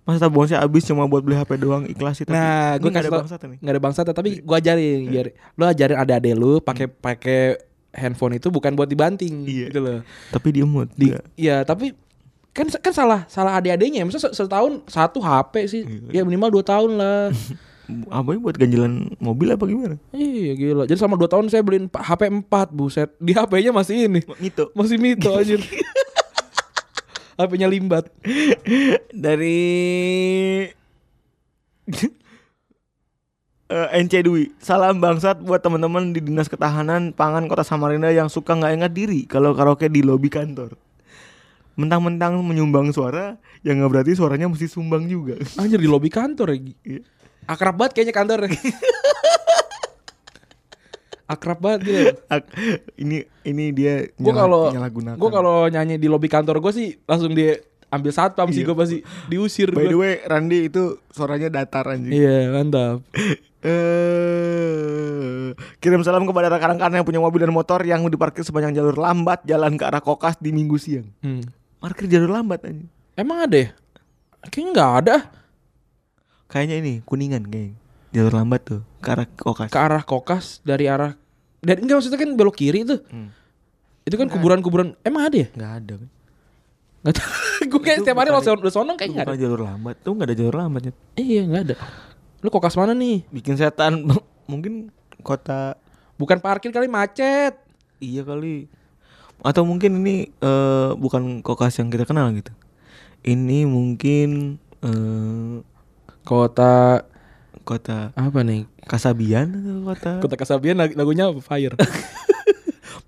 Speaker 3: Masa tabungan saya habis cuma buat beli HP doang ikhlas sih tapi
Speaker 2: Nah,
Speaker 3: ini
Speaker 2: gue
Speaker 3: nggak
Speaker 2: kasih
Speaker 3: ada
Speaker 2: tau
Speaker 3: bangsat ini. Iya.
Speaker 2: nggak ada bangsa tapi gue ajarin, biar lu ajarin ada-ada lu pakai pakai handphone itu bukan buat dibanting
Speaker 3: Iya.
Speaker 2: gitu loh.
Speaker 3: Tapi diemut
Speaker 2: Di,
Speaker 3: Nggak.
Speaker 2: ya tapi kan kan salah salah adik-adiknya ya. Maksudnya se- setahun satu HP sih.
Speaker 3: Gitu
Speaker 2: Ya minimal dua tahun lah.
Speaker 3: Apa ini buat ganjelan mobil apa gimana?
Speaker 2: Iya gila. Jadi selama dua tahun saya beliin pa- HP 4 buset. Di HP-nya masih ini.
Speaker 3: Gitu
Speaker 2: Masih mito anjir. HP-nya limbat.
Speaker 3: Dari Eh, NC Dwi Salam bangsat buat teman-teman di Dinas Ketahanan Pangan Kota Samarinda yang suka nggak ingat diri Kalau karaoke di lobi kantor Mentang-mentang menyumbang suara Yang nggak berarti suaranya mesti sumbang juga
Speaker 2: Anjir di lobi kantor ya.
Speaker 3: Iya.
Speaker 2: Akrab banget kayaknya kantor. ya. Akrab banget gila.
Speaker 3: Ak- Ini ini dia
Speaker 2: Gue
Speaker 3: nyala-
Speaker 2: kalau
Speaker 3: nyalahgunakan.
Speaker 2: gue kalau nyanyi di lobi kantor gue sih langsung dia ambil satpam sih
Speaker 3: Iya.
Speaker 2: gue pasti diusir
Speaker 3: By
Speaker 2: gue.
Speaker 3: the way Randy itu suaranya datar anjing
Speaker 2: Iya mantap.
Speaker 3: eh kirim salam kepada rekan-rekan yang punya mobil dan motor yang diparkir sepanjang jalur lambat jalan ke arah kokas di minggu siang.
Speaker 2: Hmm.
Speaker 3: Parkir jalur lambat aja.
Speaker 2: Emang ada ya? Kayaknya nggak ada ah,
Speaker 3: Kayaknya ini kuningan kayaknya. Jalur lambat tuh ke arah kokas.
Speaker 2: ke arah kokas dari arah dari enggak maksudnya kan belok kiri itu.
Speaker 3: Hmm.
Speaker 2: Itu kan kuburan-kuburan. Emang ada ya?
Speaker 3: Nggak ada. kan?
Speaker 2: Nggak tahu. gue kayak
Speaker 3: Itu
Speaker 2: setiap hari
Speaker 3: bukan-
Speaker 2: langsung udah sono
Speaker 3: Itu
Speaker 2: kayaknya nggak
Speaker 3: bukan
Speaker 2: ada.
Speaker 3: jalur lambat. Tuh nggak ada jalur lambatnya.
Speaker 2: Iya nggak ada. Lu kokas mana nih?
Speaker 3: Bikin setan mungkin kota
Speaker 2: Bukan parkir kali macet.
Speaker 3: iya kali. atau mungkin ini eh, bukan kokas yang kita kenal gitu ini mungkin eh,
Speaker 2: Kota
Speaker 3: kota
Speaker 2: apa nih?
Speaker 3: Kasabian atau kota
Speaker 2: Kota Kasabian lag- lagunya Fire.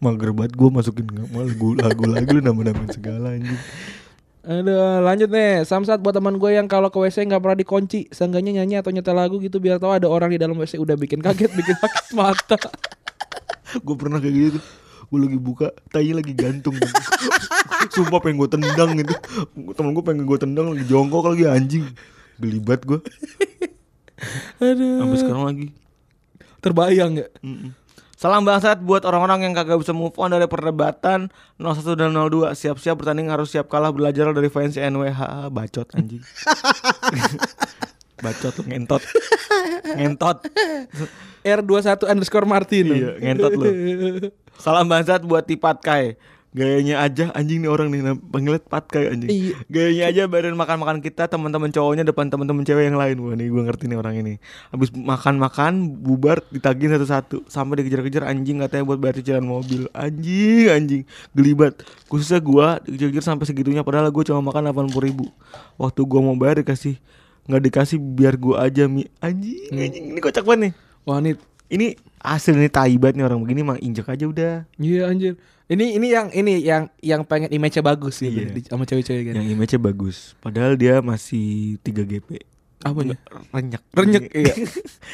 Speaker 3: mager banget gue masukin nggak mau lagu lagu lagu lu nama-nama segala anjing
Speaker 2: Aduh, lanjut nih. Samsat buat teman gue yang kalau ke WC nggak pernah dikunci, seenggaknya nyanyi atau nyetel lagu gitu biar tahu ada orang di dalam WC udah bikin kaget, bikin sakit mata.
Speaker 3: gue pernah kayak gitu gue lagi buka tai lagi gantung sumpah pengen gue tendang gitu temen gue pengen gue tendang lagi jongkok lagi anjing gelibat gue
Speaker 2: Aduh.
Speaker 3: sampai sekarang lagi
Speaker 2: Terbayang nggak?
Speaker 3: Salam bangsat buat orang-orang yang kagak bisa move on dari perdebatan 01 dan 02 Siap-siap bertanding harus siap kalah belajar dari fans NWH Bacot anjing Bacot lu ngentot Ngentot
Speaker 2: R21 underscore Martin.
Speaker 3: Iya ngentot lu Salam bangsat buat Tipat Kai Gayanya aja anjing nih orang nih nah, Panggilnya Pat Kai anjing
Speaker 2: Iya.
Speaker 3: Gayanya aja badan makan-makan kita Teman-teman cowoknya depan teman-teman cewek yang lain Wah nih gue ngerti nih orang ini Habis makan-makan bubar ditagihin satu-satu Sampai dikejar-kejar anjing katanya buat bayar cicilan mobil Anjing anjing Gelibat Khususnya gue dikejar-kejar sampai segitunya Padahal gue cuma makan 80 ribu Waktu gue mau bayar dikasih nggak dikasih biar gue aja mi anjing anjing ini kocak banget nih
Speaker 2: Wah, ini
Speaker 3: ini asli nih tai banget nih orang begini mah injek aja udah.
Speaker 2: Iya anjir. Ini ini yang ini yang yang pengen image-nya bagus gitu
Speaker 3: Iya.
Speaker 2: di- sama cewek-cewek gitu.
Speaker 3: Yang image-nya bagus. Padahal dia masih 3 GP.
Speaker 2: Apa nih?
Speaker 3: Iya. ya? Renyek.
Speaker 2: Renyek iya.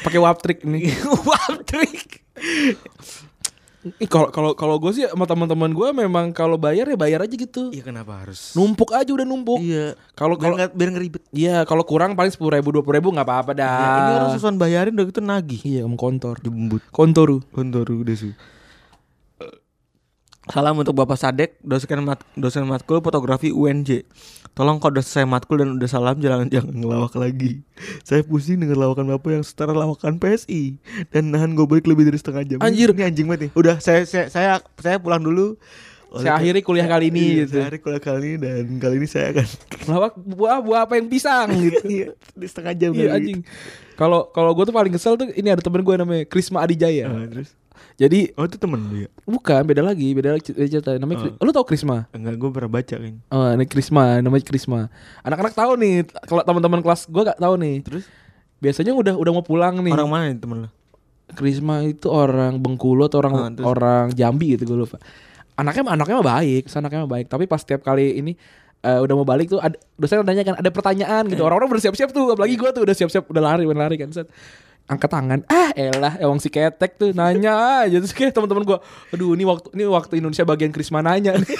Speaker 2: Pakai wap trick nih.
Speaker 3: Iya, Wow, trik.
Speaker 2: Ih, kalau kalau kalau gue sih sama teman-teman gue memang kalau bayar ya bayar aja gitu.
Speaker 3: Iya kenapa harus?
Speaker 2: Numpuk aja udah numpuk.
Speaker 3: Iya.
Speaker 2: Kalau kalau
Speaker 3: Biar nggak biar ngeribet.
Speaker 2: iya kalau kurang paling sepuluh ribu dua puluh ribu nggak apa-apa dah.
Speaker 3: Ya, ini orang susuan bayarin udah gitu nagih.
Speaker 2: Iya om kontor.
Speaker 3: Jembut.
Speaker 2: Kontoru.
Speaker 3: Kontoru desu. Salam untuk Bapak Sadek, dosen mat- dosen matkul fotografi UNJ. Tolong kalau udah selesai matkul dan udah salam jangan jangan ngelawak lagi. Saya pusing denger lawakan Bapak yang setara lawakan PSI dan nahan gue balik lebih dari setengah jam.
Speaker 2: Anjir.
Speaker 3: ini anjing banget nih. Udah saya saya saya, saya pulang dulu. Oleh-
Speaker 2: Saya akhiri kuliah kali ini
Speaker 3: Iya,
Speaker 2: gitu.
Speaker 3: Saya akhiri kuliah kali ini dan kali ini saya akan
Speaker 2: Lawak buah buah apa yang pisang gitu.
Speaker 3: Iya, di setengah jam
Speaker 2: Iya
Speaker 3: lagi.
Speaker 2: anjing. Kalau kalau gue tuh paling kesel tuh ini ada temen gue namanya Krisma Adijaya.
Speaker 3: Ah, terus
Speaker 2: Jadi
Speaker 3: oh itu temen lu ya?
Speaker 2: bukan beda lagi, beda lagi eh, cerita. Namanya
Speaker 3: Ah.
Speaker 2: Kri- lu tau Krisma?
Speaker 3: Enggak, gue pernah baca kan.
Speaker 2: Oh, ini Krisma, namanya Krisma. Anak-anak tahu nih, kalau teman-teman kelas gua gak tahu nih.
Speaker 3: Terus
Speaker 2: Biasanya udah udah mau pulang nih.
Speaker 3: orang mana nih temen lu?
Speaker 2: Krisma itu orang Bengkulu atau orang
Speaker 3: Ah, terus?
Speaker 2: orang Jambi gitu gue lupa. Anaknya anaknya mah baik, anaknya mah baik. Tapi pas setiap kali ini eh, udah mau balik tuh ada, dosen nanya kan ada pertanyaan
Speaker 3: Eh.
Speaker 2: gitu. Orang-orang udah siap-siap tuh, apalagi gue tuh udah siap-siap udah lari, udah lari kan. Set. Angkat tangan, ah elah, emang si ketek tuh nanya aja terus kayak teman-teman gue, aduh ini waktu ini waktu Indonesia bagian Krisma nanya. nih."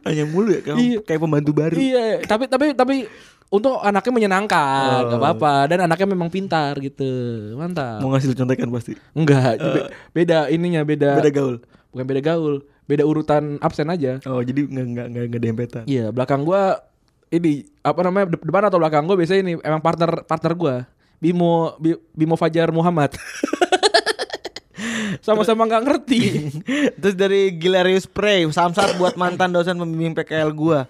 Speaker 3: Nanya mulu ya kayak,
Speaker 2: Iya.
Speaker 3: kayak pembantu baru.
Speaker 2: iya, tapi tapi tapi untuk anaknya menyenangkan, gak
Speaker 3: Oh.
Speaker 2: apa-apa. Dan anaknya memang pintar gitu, mantap.
Speaker 3: Mau ngasih lu contekan pasti.
Speaker 2: Enggak, be- beda ininya beda,
Speaker 3: Eh. Beda gaul.
Speaker 2: bukan beda gaul, beda urutan absen aja.
Speaker 3: Oh, jadi nggak nggak nggak nggak dempetan.
Speaker 2: Iya, belakang gua ini apa namanya de- depan atau belakang gua biasanya ini emang partner partner gua. Bimo Bi- Bimo Fajar Muhammad. Sama-sama nggak ngerti.
Speaker 3: Terus dari Gilarius Prey, samsat buat mantan dosen pembimbing PKL gua.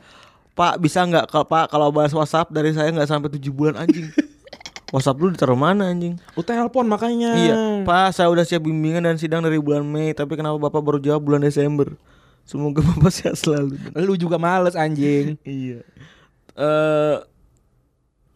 Speaker 3: Pak, bisa nggak kalau Pak kalau bahas WhatsApp dari saya nggak sampai 7 bulan anjing. WhatsApp lu ditaruh mana anjing?
Speaker 2: Lu telepon makanya.
Speaker 3: Iya, Pak, saya udah siap bimbingan dan sidang dari bulan Mei, tapi kenapa Bapak baru jawab bulan Desember? Semoga Bapak sehat selalu.
Speaker 2: Lu juga males anjing.
Speaker 3: Iya. Eh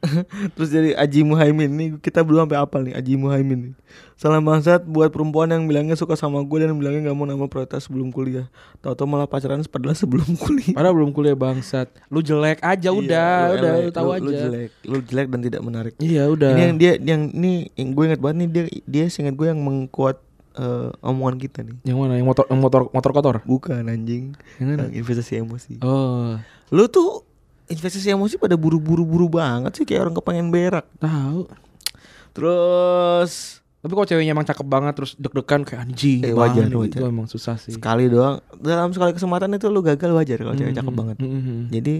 Speaker 3: Terus jadi Aji Muhaimin nih kita belum sampai apal nih Aji Muhaimin nih. Salam bangsat buat perempuan yang bilangnya suka sama gue dan bilangnya nggak mau nama prioritas sebelum kuliah. Tahu-tahu malah pacaran padahal sebelum kuliah.
Speaker 2: Padahal belum kuliah bangsat. Lu jelek aja udah,
Speaker 3: Iya, lu
Speaker 2: udah
Speaker 3: elek,
Speaker 2: lu tahu
Speaker 3: lu-
Speaker 2: aja.
Speaker 3: Lu jelek, lu jelek dan tidak menarik.
Speaker 2: Iya, udah.
Speaker 3: Ini yang dia yang ini yang gue ingat banget nih dia dia seingat gue yang mengkuat eh, omongan kita nih.
Speaker 2: Yang mana? Yang motor yang motor motor kotor.
Speaker 3: Bukan anjing. Yang investasi emosi.
Speaker 2: Oh,
Speaker 3: Lu tuh investasi emosi pada buru-buru-buru banget sih kayak orang kepengen berak.
Speaker 2: tahu.
Speaker 3: Terus
Speaker 2: Tapi kalau ceweknya emang cakep banget terus deg-degan kayak ya. anjing
Speaker 3: Eh, wajar,
Speaker 2: banget.
Speaker 3: wajar.
Speaker 2: Itu emang susah sih.
Speaker 3: sekali doang dalam sekali kesempatan itu lu gagal wajar kalau cewek cakep banget.
Speaker 2: Mhm.
Speaker 3: Jadi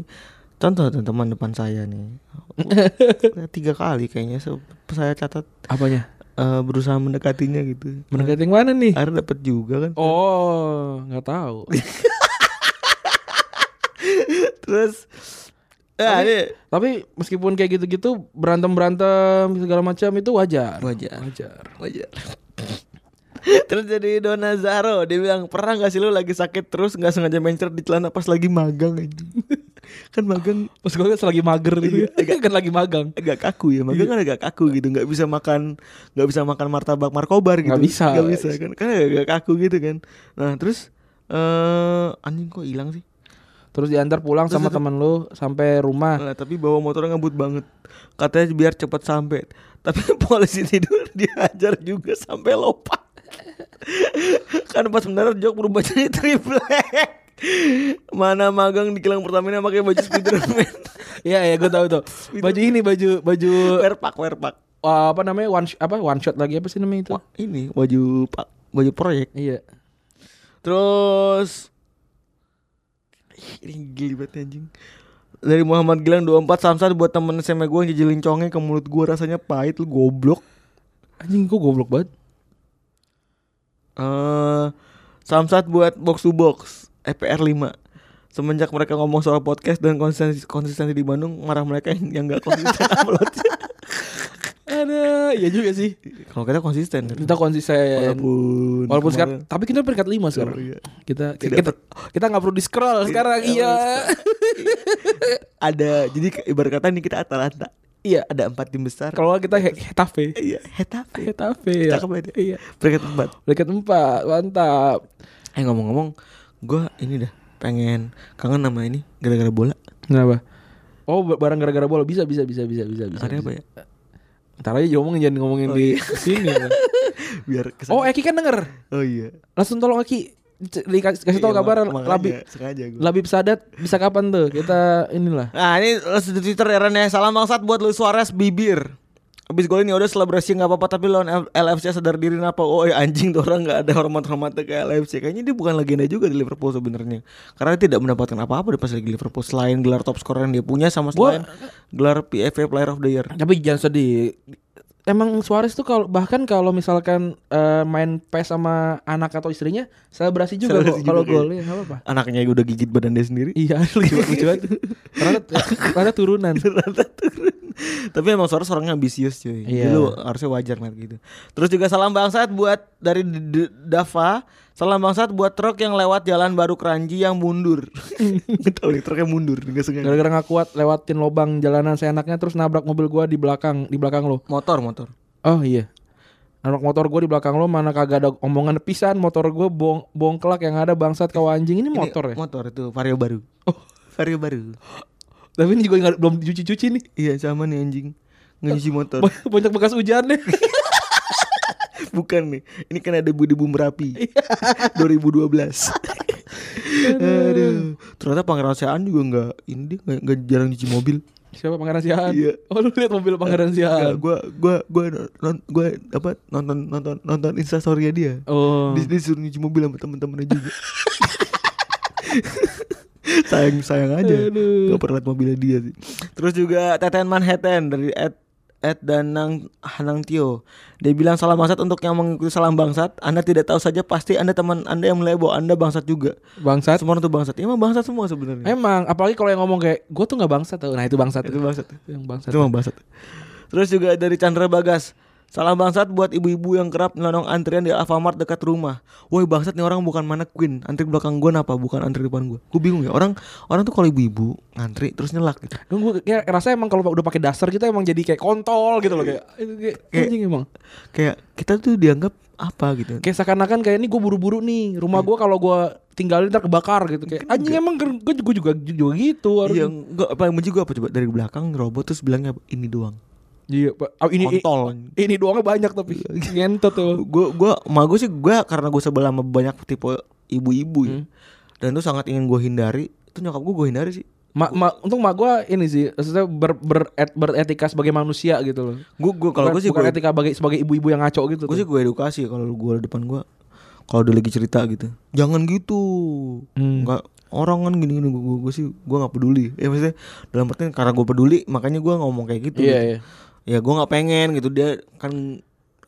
Speaker 3: contoh tuh teman depan saya nih Ya, tiga kali kayaknya se- saya catat
Speaker 2: Apanya?
Speaker 3: eh, berusaha mendekatinya gitu.
Speaker 2: Mendekati yang mana nih?
Speaker 3: Akhirnya dapet juga kan.
Speaker 2: Oh, nggak tahu.
Speaker 3: Terus ya ini
Speaker 2: Tapi meskipun kayak gitu-gitu berantem berantem segala macam itu wajar.
Speaker 3: Wajar.
Speaker 2: Wajar.
Speaker 3: wajar. terus jadi Dona Zaro dia bilang pernah nggak sih lu lagi sakit terus nggak sengaja mencret di celana pas lagi magang anjing kan magang
Speaker 2: Pas gue kan lagi mager gitu. kan lagi magang.
Speaker 3: agak kaku
Speaker 2: Iya.
Speaker 3: ya magang kan agak kaku gitu nggak bisa makan nggak bisa makan martabak markobar gitu
Speaker 2: Nggak bisa.
Speaker 3: nggak bisa kan kan agak kaku gitu kan nah terus eh anjing kok hilang sih
Speaker 2: Terus diantar pulang sama temen lu sampai rumah.
Speaker 3: Nah, tapi bawa motor ngebut banget katanya biar cepat sampai tapi polisi tidur dihajar juga sampai lompat kan pas benar jok berubah jadi triplek mana magang di kilang Pertamina pakai baju Spiderman
Speaker 2: Iya ya gue tahu tuh. Baju ini baju baju eh,
Speaker 3: werpak werpak
Speaker 2: uh, apa namanya one sh- apa one shot lagi apa sih namanya itu?
Speaker 3: Wah, ini baju pak baju proyek
Speaker 2: Iya.
Speaker 3: Terus Ih, ini geli banget nih, anjing. Dari Muhammad Gilang 24 Samsat buat temen SMA gue ngejelin conge ke mulut gue rasanya pahit lu goblok.
Speaker 2: Anjing gue goblok banget.
Speaker 3: Eh Samsat buat box to box E EPR 5. Semenjak mereka ngomong soal podcast dan konsistensi, konsistensi di Bandung, marah mereka yang yang nggak konsisten upload.
Speaker 2: Ada, iya juga sih.
Speaker 3: Kalau kita konsisten,
Speaker 2: Kita konsisten.
Speaker 3: walaupun
Speaker 2: Walaupun
Speaker 3: kemarin-
Speaker 2: sekarang, tapi kita peringkat 5 sekarang.
Speaker 3: iya.
Speaker 2: Kita
Speaker 3: Tidak
Speaker 2: kita kita nggak perlu di scroll sekarang. Iya.
Speaker 3: ada jadi ke- ibarat kata nih kita Atalanta.
Speaker 2: Iya.
Speaker 3: Ada empat tim besar.
Speaker 2: Kalau nggak kita he- Hetafe.
Speaker 3: iya, Hetafe.
Speaker 2: Hetafe. ya.
Speaker 3: Cakep banget. ya.
Speaker 2: Iya.
Speaker 3: Peringkat empat.
Speaker 2: Peringkat 4. Mantap.
Speaker 3: Eh ngomong-ngomong, gua ini dah pengen kangen nama ini gara-gara bola.
Speaker 2: Kenapa? Oh, ba- barang gara-gara bola bisa bisa bisa bisa bisa bisa.
Speaker 3: Ada
Speaker 2: bisa.
Speaker 3: apa ya? Oh, iya.
Speaker 2: Ntar aja ngomongin jangan ngomongin di sini. Bang.
Speaker 3: Biar kesan.
Speaker 2: oh, Eki kan denger.
Speaker 3: Oh iya.
Speaker 2: Langsung tolong Eki dic- dikasih kasih tahu
Speaker 3: Iya,
Speaker 2: kabar
Speaker 3: mak- makanya
Speaker 2: Labib
Speaker 3: sengaja gua.
Speaker 2: Labib Sadat bisa kapan tuh? Kita inilah.
Speaker 3: Nah, ini les di Twitter ya Ren ya. Salam bangsat buat Luis Suarez bibir. Abis golin ya udah selebrasi nggak apa-apa tapi lawan L- LFC sadar diri napa oh ya anjing tuh orang nggak ada hormat-hormatnya ke LFC kayaknya dia bukan legenda juga di Liverpool sebenarnya karena dia tidak mendapatkan apa-apa di pas lagi Liverpool selain gelar top scorer yang dia punya sama
Speaker 2: Gua-
Speaker 3: selain gelar PFA Player of the Year
Speaker 2: Tapi jangan sedih. Emang Suarez tuh kalau bahkan kalau misalkan eh, main PES sama anak atau istrinya selebrasi juga kok
Speaker 3: Selebrasi
Speaker 2: kalau
Speaker 3: juga, iya.
Speaker 2: gol ya nggak apa-apa.
Speaker 3: anaknya udah gigit badan dia sendiri
Speaker 2: Iya, lucu banget, lucu banget. Karena karena turunan.
Speaker 3: Tapi emang Suarez orangnya ambisius cuy
Speaker 2: Iya.
Speaker 3: Dulu harusnya wajar banget gitu Terus juga salam bangsat buat dari D- D- Dava Salam bangsat buat truk yang lewat jalan baru Keranji yang mundur Gak tau nih truknya mundur nggak sengaja.
Speaker 2: Gara-gara nggak kuat lewatin lobang jalanan seenaknya terus nabrak mobil gua di belakang di belakang lo.
Speaker 3: Motor motor
Speaker 2: Oh iya. Nabrak motor gue di belakang lo mana kagak ada omongan pisan motor gue bong bongklak yang ada bangsat kau anjing ini
Speaker 3: Ini
Speaker 2: motor ya.
Speaker 3: Motor itu vario baru
Speaker 2: Oh.
Speaker 3: Vario baru
Speaker 2: Tapi ini juga nggak- belum dicuci-cuci nih.
Speaker 3: Iya sama nih anjing Ngecuci motor
Speaker 2: Ba- Banyak bekas hujan deh.
Speaker 3: Bukan nih Ini kan ada debu-debu Merapi 2012 Aduh Ternyata Pangeran Sean juga nggak Ini dia nggak- nggak jarang cuci mobil
Speaker 2: Siapa Pangeran Siaan?
Speaker 3: Iya.
Speaker 2: Oh lu lihat mobil Pangeran Siaan.
Speaker 3: gue gue gue non gue apa nonton nonton nonton instastorynya dia.
Speaker 2: Oh.
Speaker 3: Di Dia, disuruh nyuci mobil sama temen-temennya juga. sayang sayang aja. Gak pernah liat mobilnya dia sih. Terus juga Teten Manhattan dari Ed Ed Danang Hanang Tio Dia bilang salam bangsat untuk yang mengikuti salam bangsat Anda tidak tahu saja pasti Anda teman Anda yang melebok Anda bangsat juga
Speaker 2: Bangsat.
Speaker 3: Semua orang tuh bangsat Iya, Emang bangsat semua sebenarnya
Speaker 2: Emang apalagi kalau yang ngomong kayak gue tuh nggak bangsat tuh. Nah itu bangsat.
Speaker 3: Itu bangsat
Speaker 2: Yang bangsat.
Speaker 3: Itu mah bangsat. Terus juga dari Chandra Bagas. Salam bangsat buat ibu-ibu yang kerap nyelonong antrian di Alfamart dekat rumah. Woi bangsat nih orang bukan manekin, antri belakang gua napa bukan antri depan gua. Gua bingung ya, orang orang tuh kalau ibu-ibu ngantri terus nyelak gitu.
Speaker 2: Gue kayak rasa emang kalau udah pakai dasar kita emang jadi kayak kontol gitu loh kayak, itu kayak
Speaker 3: Kayak-
Speaker 2: anjing emang.
Speaker 3: Kayak kita tuh dianggap apa gitu.
Speaker 2: Kayak seakan-akan kayak ini gue buru-buru nih rumah gue kalau gue tinggalin ntar kebakar gitu kayak anjing emang gue juga juga gitu
Speaker 3: Iya,
Speaker 2: harus
Speaker 3: enggak apa yang benci gua apa coba dari belakang robot terus bilangnya apa? ini doang.
Speaker 2: iya Pak. Ah, ini ini-
Speaker 3: Kontol. Iya.
Speaker 2: ini doangnya banyak tapi ngentot tuh
Speaker 3: Gue gua emak gua sih gua karena gua sebel sama banyak tipe ibu-ibu ya.
Speaker 2: Hmm.
Speaker 3: Dan tuh sangat ingin gua hindari, itu nyokap gua gua hindari sih.
Speaker 2: ma, ma- untung mak gue ini sih maksudnya ber, ber, et- beretika sebagai manusia gitu loh
Speaker 3: Gua gua kalau
Speaker 2: Bukan-
Speaker 3: gua sih
Speaker 2: bukan
Speaker 3: gua
Speaker 2: etika sebagai sebagai ibu-ibu yang ngaco gitu
Speaker 3: gue
Speaker 2: tuh.
Speaker 3: sih gue edukasi ya, kalau gue depan gue kalau udah lagi cerita gitu jangan gitu
Speaker 2: Hmm.
Speaker 3: nggak orang kan gini gini gue gue sih gue nggak peduli ya maksudnya dalam artian karena gue peduli makanya gue ngomong kayak gitu,
Speaker 2: Iya,
Speaker 3: gitu.
Speaker 2: iya.
Speaker 3: ya gue nggak pengen gitu dia kan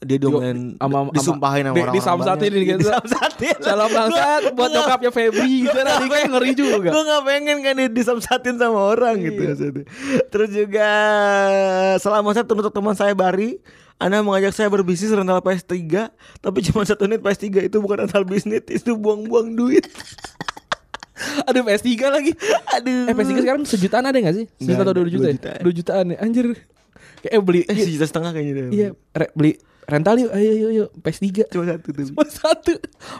Speaker 3: dia diomelin
Speaker 2: Ama- ama-
Speaker 3: disumpahin sama Iya.
Speaker 2: di-
Speaker 3: orang
Speaker 2: disamsatin gitu.
Speaker 3: disamsatin
Speaker 2: Salam bangsat buat nyokapnya Febri gitu nanti kan ngeri juga.
Speaker 3: Gue gak pengen kan di- disamsatin sama
Speaker 2: Iya.
Speaker 3: orang gitu maksudnya. Terus juga Salam bangsat untuk teman saya Bari Anda mengajak saya berbisnis rental PS3 Tapi cuma satu unit PS3 itu bukan rental bisnis Itu buang-buang duit
Speaker 2: Aduh PS3 lagi.
Speaker 3: Aduh
Speaker 2: Eh PS3 sekarang sejutaan ada gak sih? Sejuta
Speaker 3: Hmm. Nggak
Speaker 2: atau dua
Speaker 3: ada,
Speaker 2: juta?
Speaker 3: dua
Speaker 2: ya?
Speaker 3: jutaan.
Speaker 2: Dua jutaan ya. Anjir. Kayak eh, beli
Speaker 3: Eh
Speaker 2: iya,
Speaker 3: sejuta setengah kayaknya deh.
Speaker 2: iya, re- beli rental yuk. Ayo ayo ayo PS3.
Speaker 3: Cuma satu tuh
Speaker 2: Cuma satu.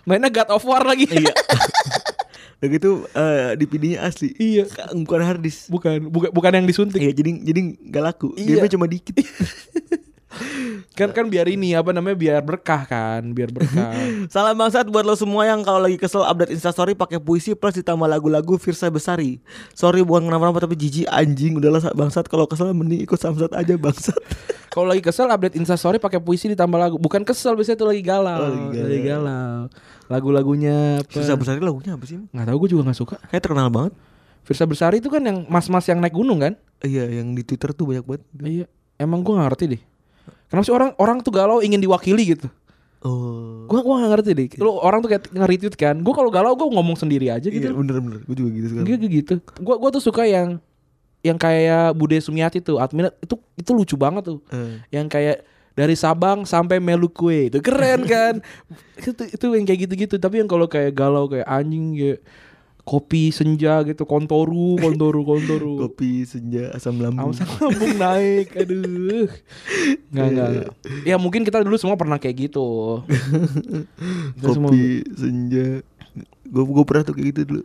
Speaker 2: Mainnya God of War lagi.
Speaker 3: Iya Udah gitu eh, DVD-nya asli
Speaker 2: Iya.
Speaker 3: Bukan harddisk
Speaker 2: bukan bukan bukan yang disuntik.
Speaker 3: Iya jadi jadi gak laku
Speaker 2: Iya.
Speaker 3: Gamenya cuma dikit
Speaker 2: Kan kan biar ini apa namanya biar berkah kan, biar berkah.
Speaker 3: Salam bangsat buat lo semua yang kalau lagi kesel update instastory pakai puisi plus ditambah lagu-lagu Firsa Besari. Sorry bukan kenapa-napa tapi jijik anjing udahlah sa- bangsat kalau kesel mending ikut samsat aja bangsat.
Speaker 2: Kalau lagi kesel update Insta story pakai puisi ditambah lagu. Bukan kesel biasanya tuh lagi galau.
Speaker 3: Oh, lagi
Speaker 2: lagi
Speaker 3: galau.
Speaker 2: galau. Lagu-lagunya apa?
Speaker 3: Firsa Besari lagunya apa sih?
Speaker 2: Nggak tahu gue juga nggak suka.
Speaker 3: Kayak terkenal banget.
Speaker 2: Firsa Bersari itu kan yang mas-mas yang naik gunung kan?
Speaker 3: Iya yang di Twitter tuh banyak banget.
Speaker 2: Iya, emang gua gak ngerti deh. Kenapa sih orang orang tuh galau ingin diwakili gitu?
Speaker 3: Oh.
Speaker 2: Gua gua gak ngerti deh. Lu orang tuh kayak nge-retweet kan. Gua kalau galau gua ngomong sendiri aja gitu.
Speaker 3: Iya bener-bener Gue juga gitu sekarang
Speaker 2: Iya gitu. Gua gua tuh suka yang yang kayak Bude Sumiati tuh, admin itu itu lucu banget tuh.
Speaker 3: Eh.
Speaker 2: Yang kayak dari Sabang sampai Melukue itu keren kan. itu, itu yang kayak gitu-gitu. Tapi yang kalau kayak galau kayak anjing kayak kopi senja gitu, kontoru, kontoru, kontoru.
Speaker 3: Kopi, senja, asam lambung
Speaker 2: Asam lambung naik, aduh. Nggak, nggak,
Speaker 3: Iya.
Speaker 2: nggak. Ya mungkin kita dulu semua pernah kayak gitu. Kita semua
Speaker 3: Kopi, senja Gue gue pernah tuh kayak gitu dulu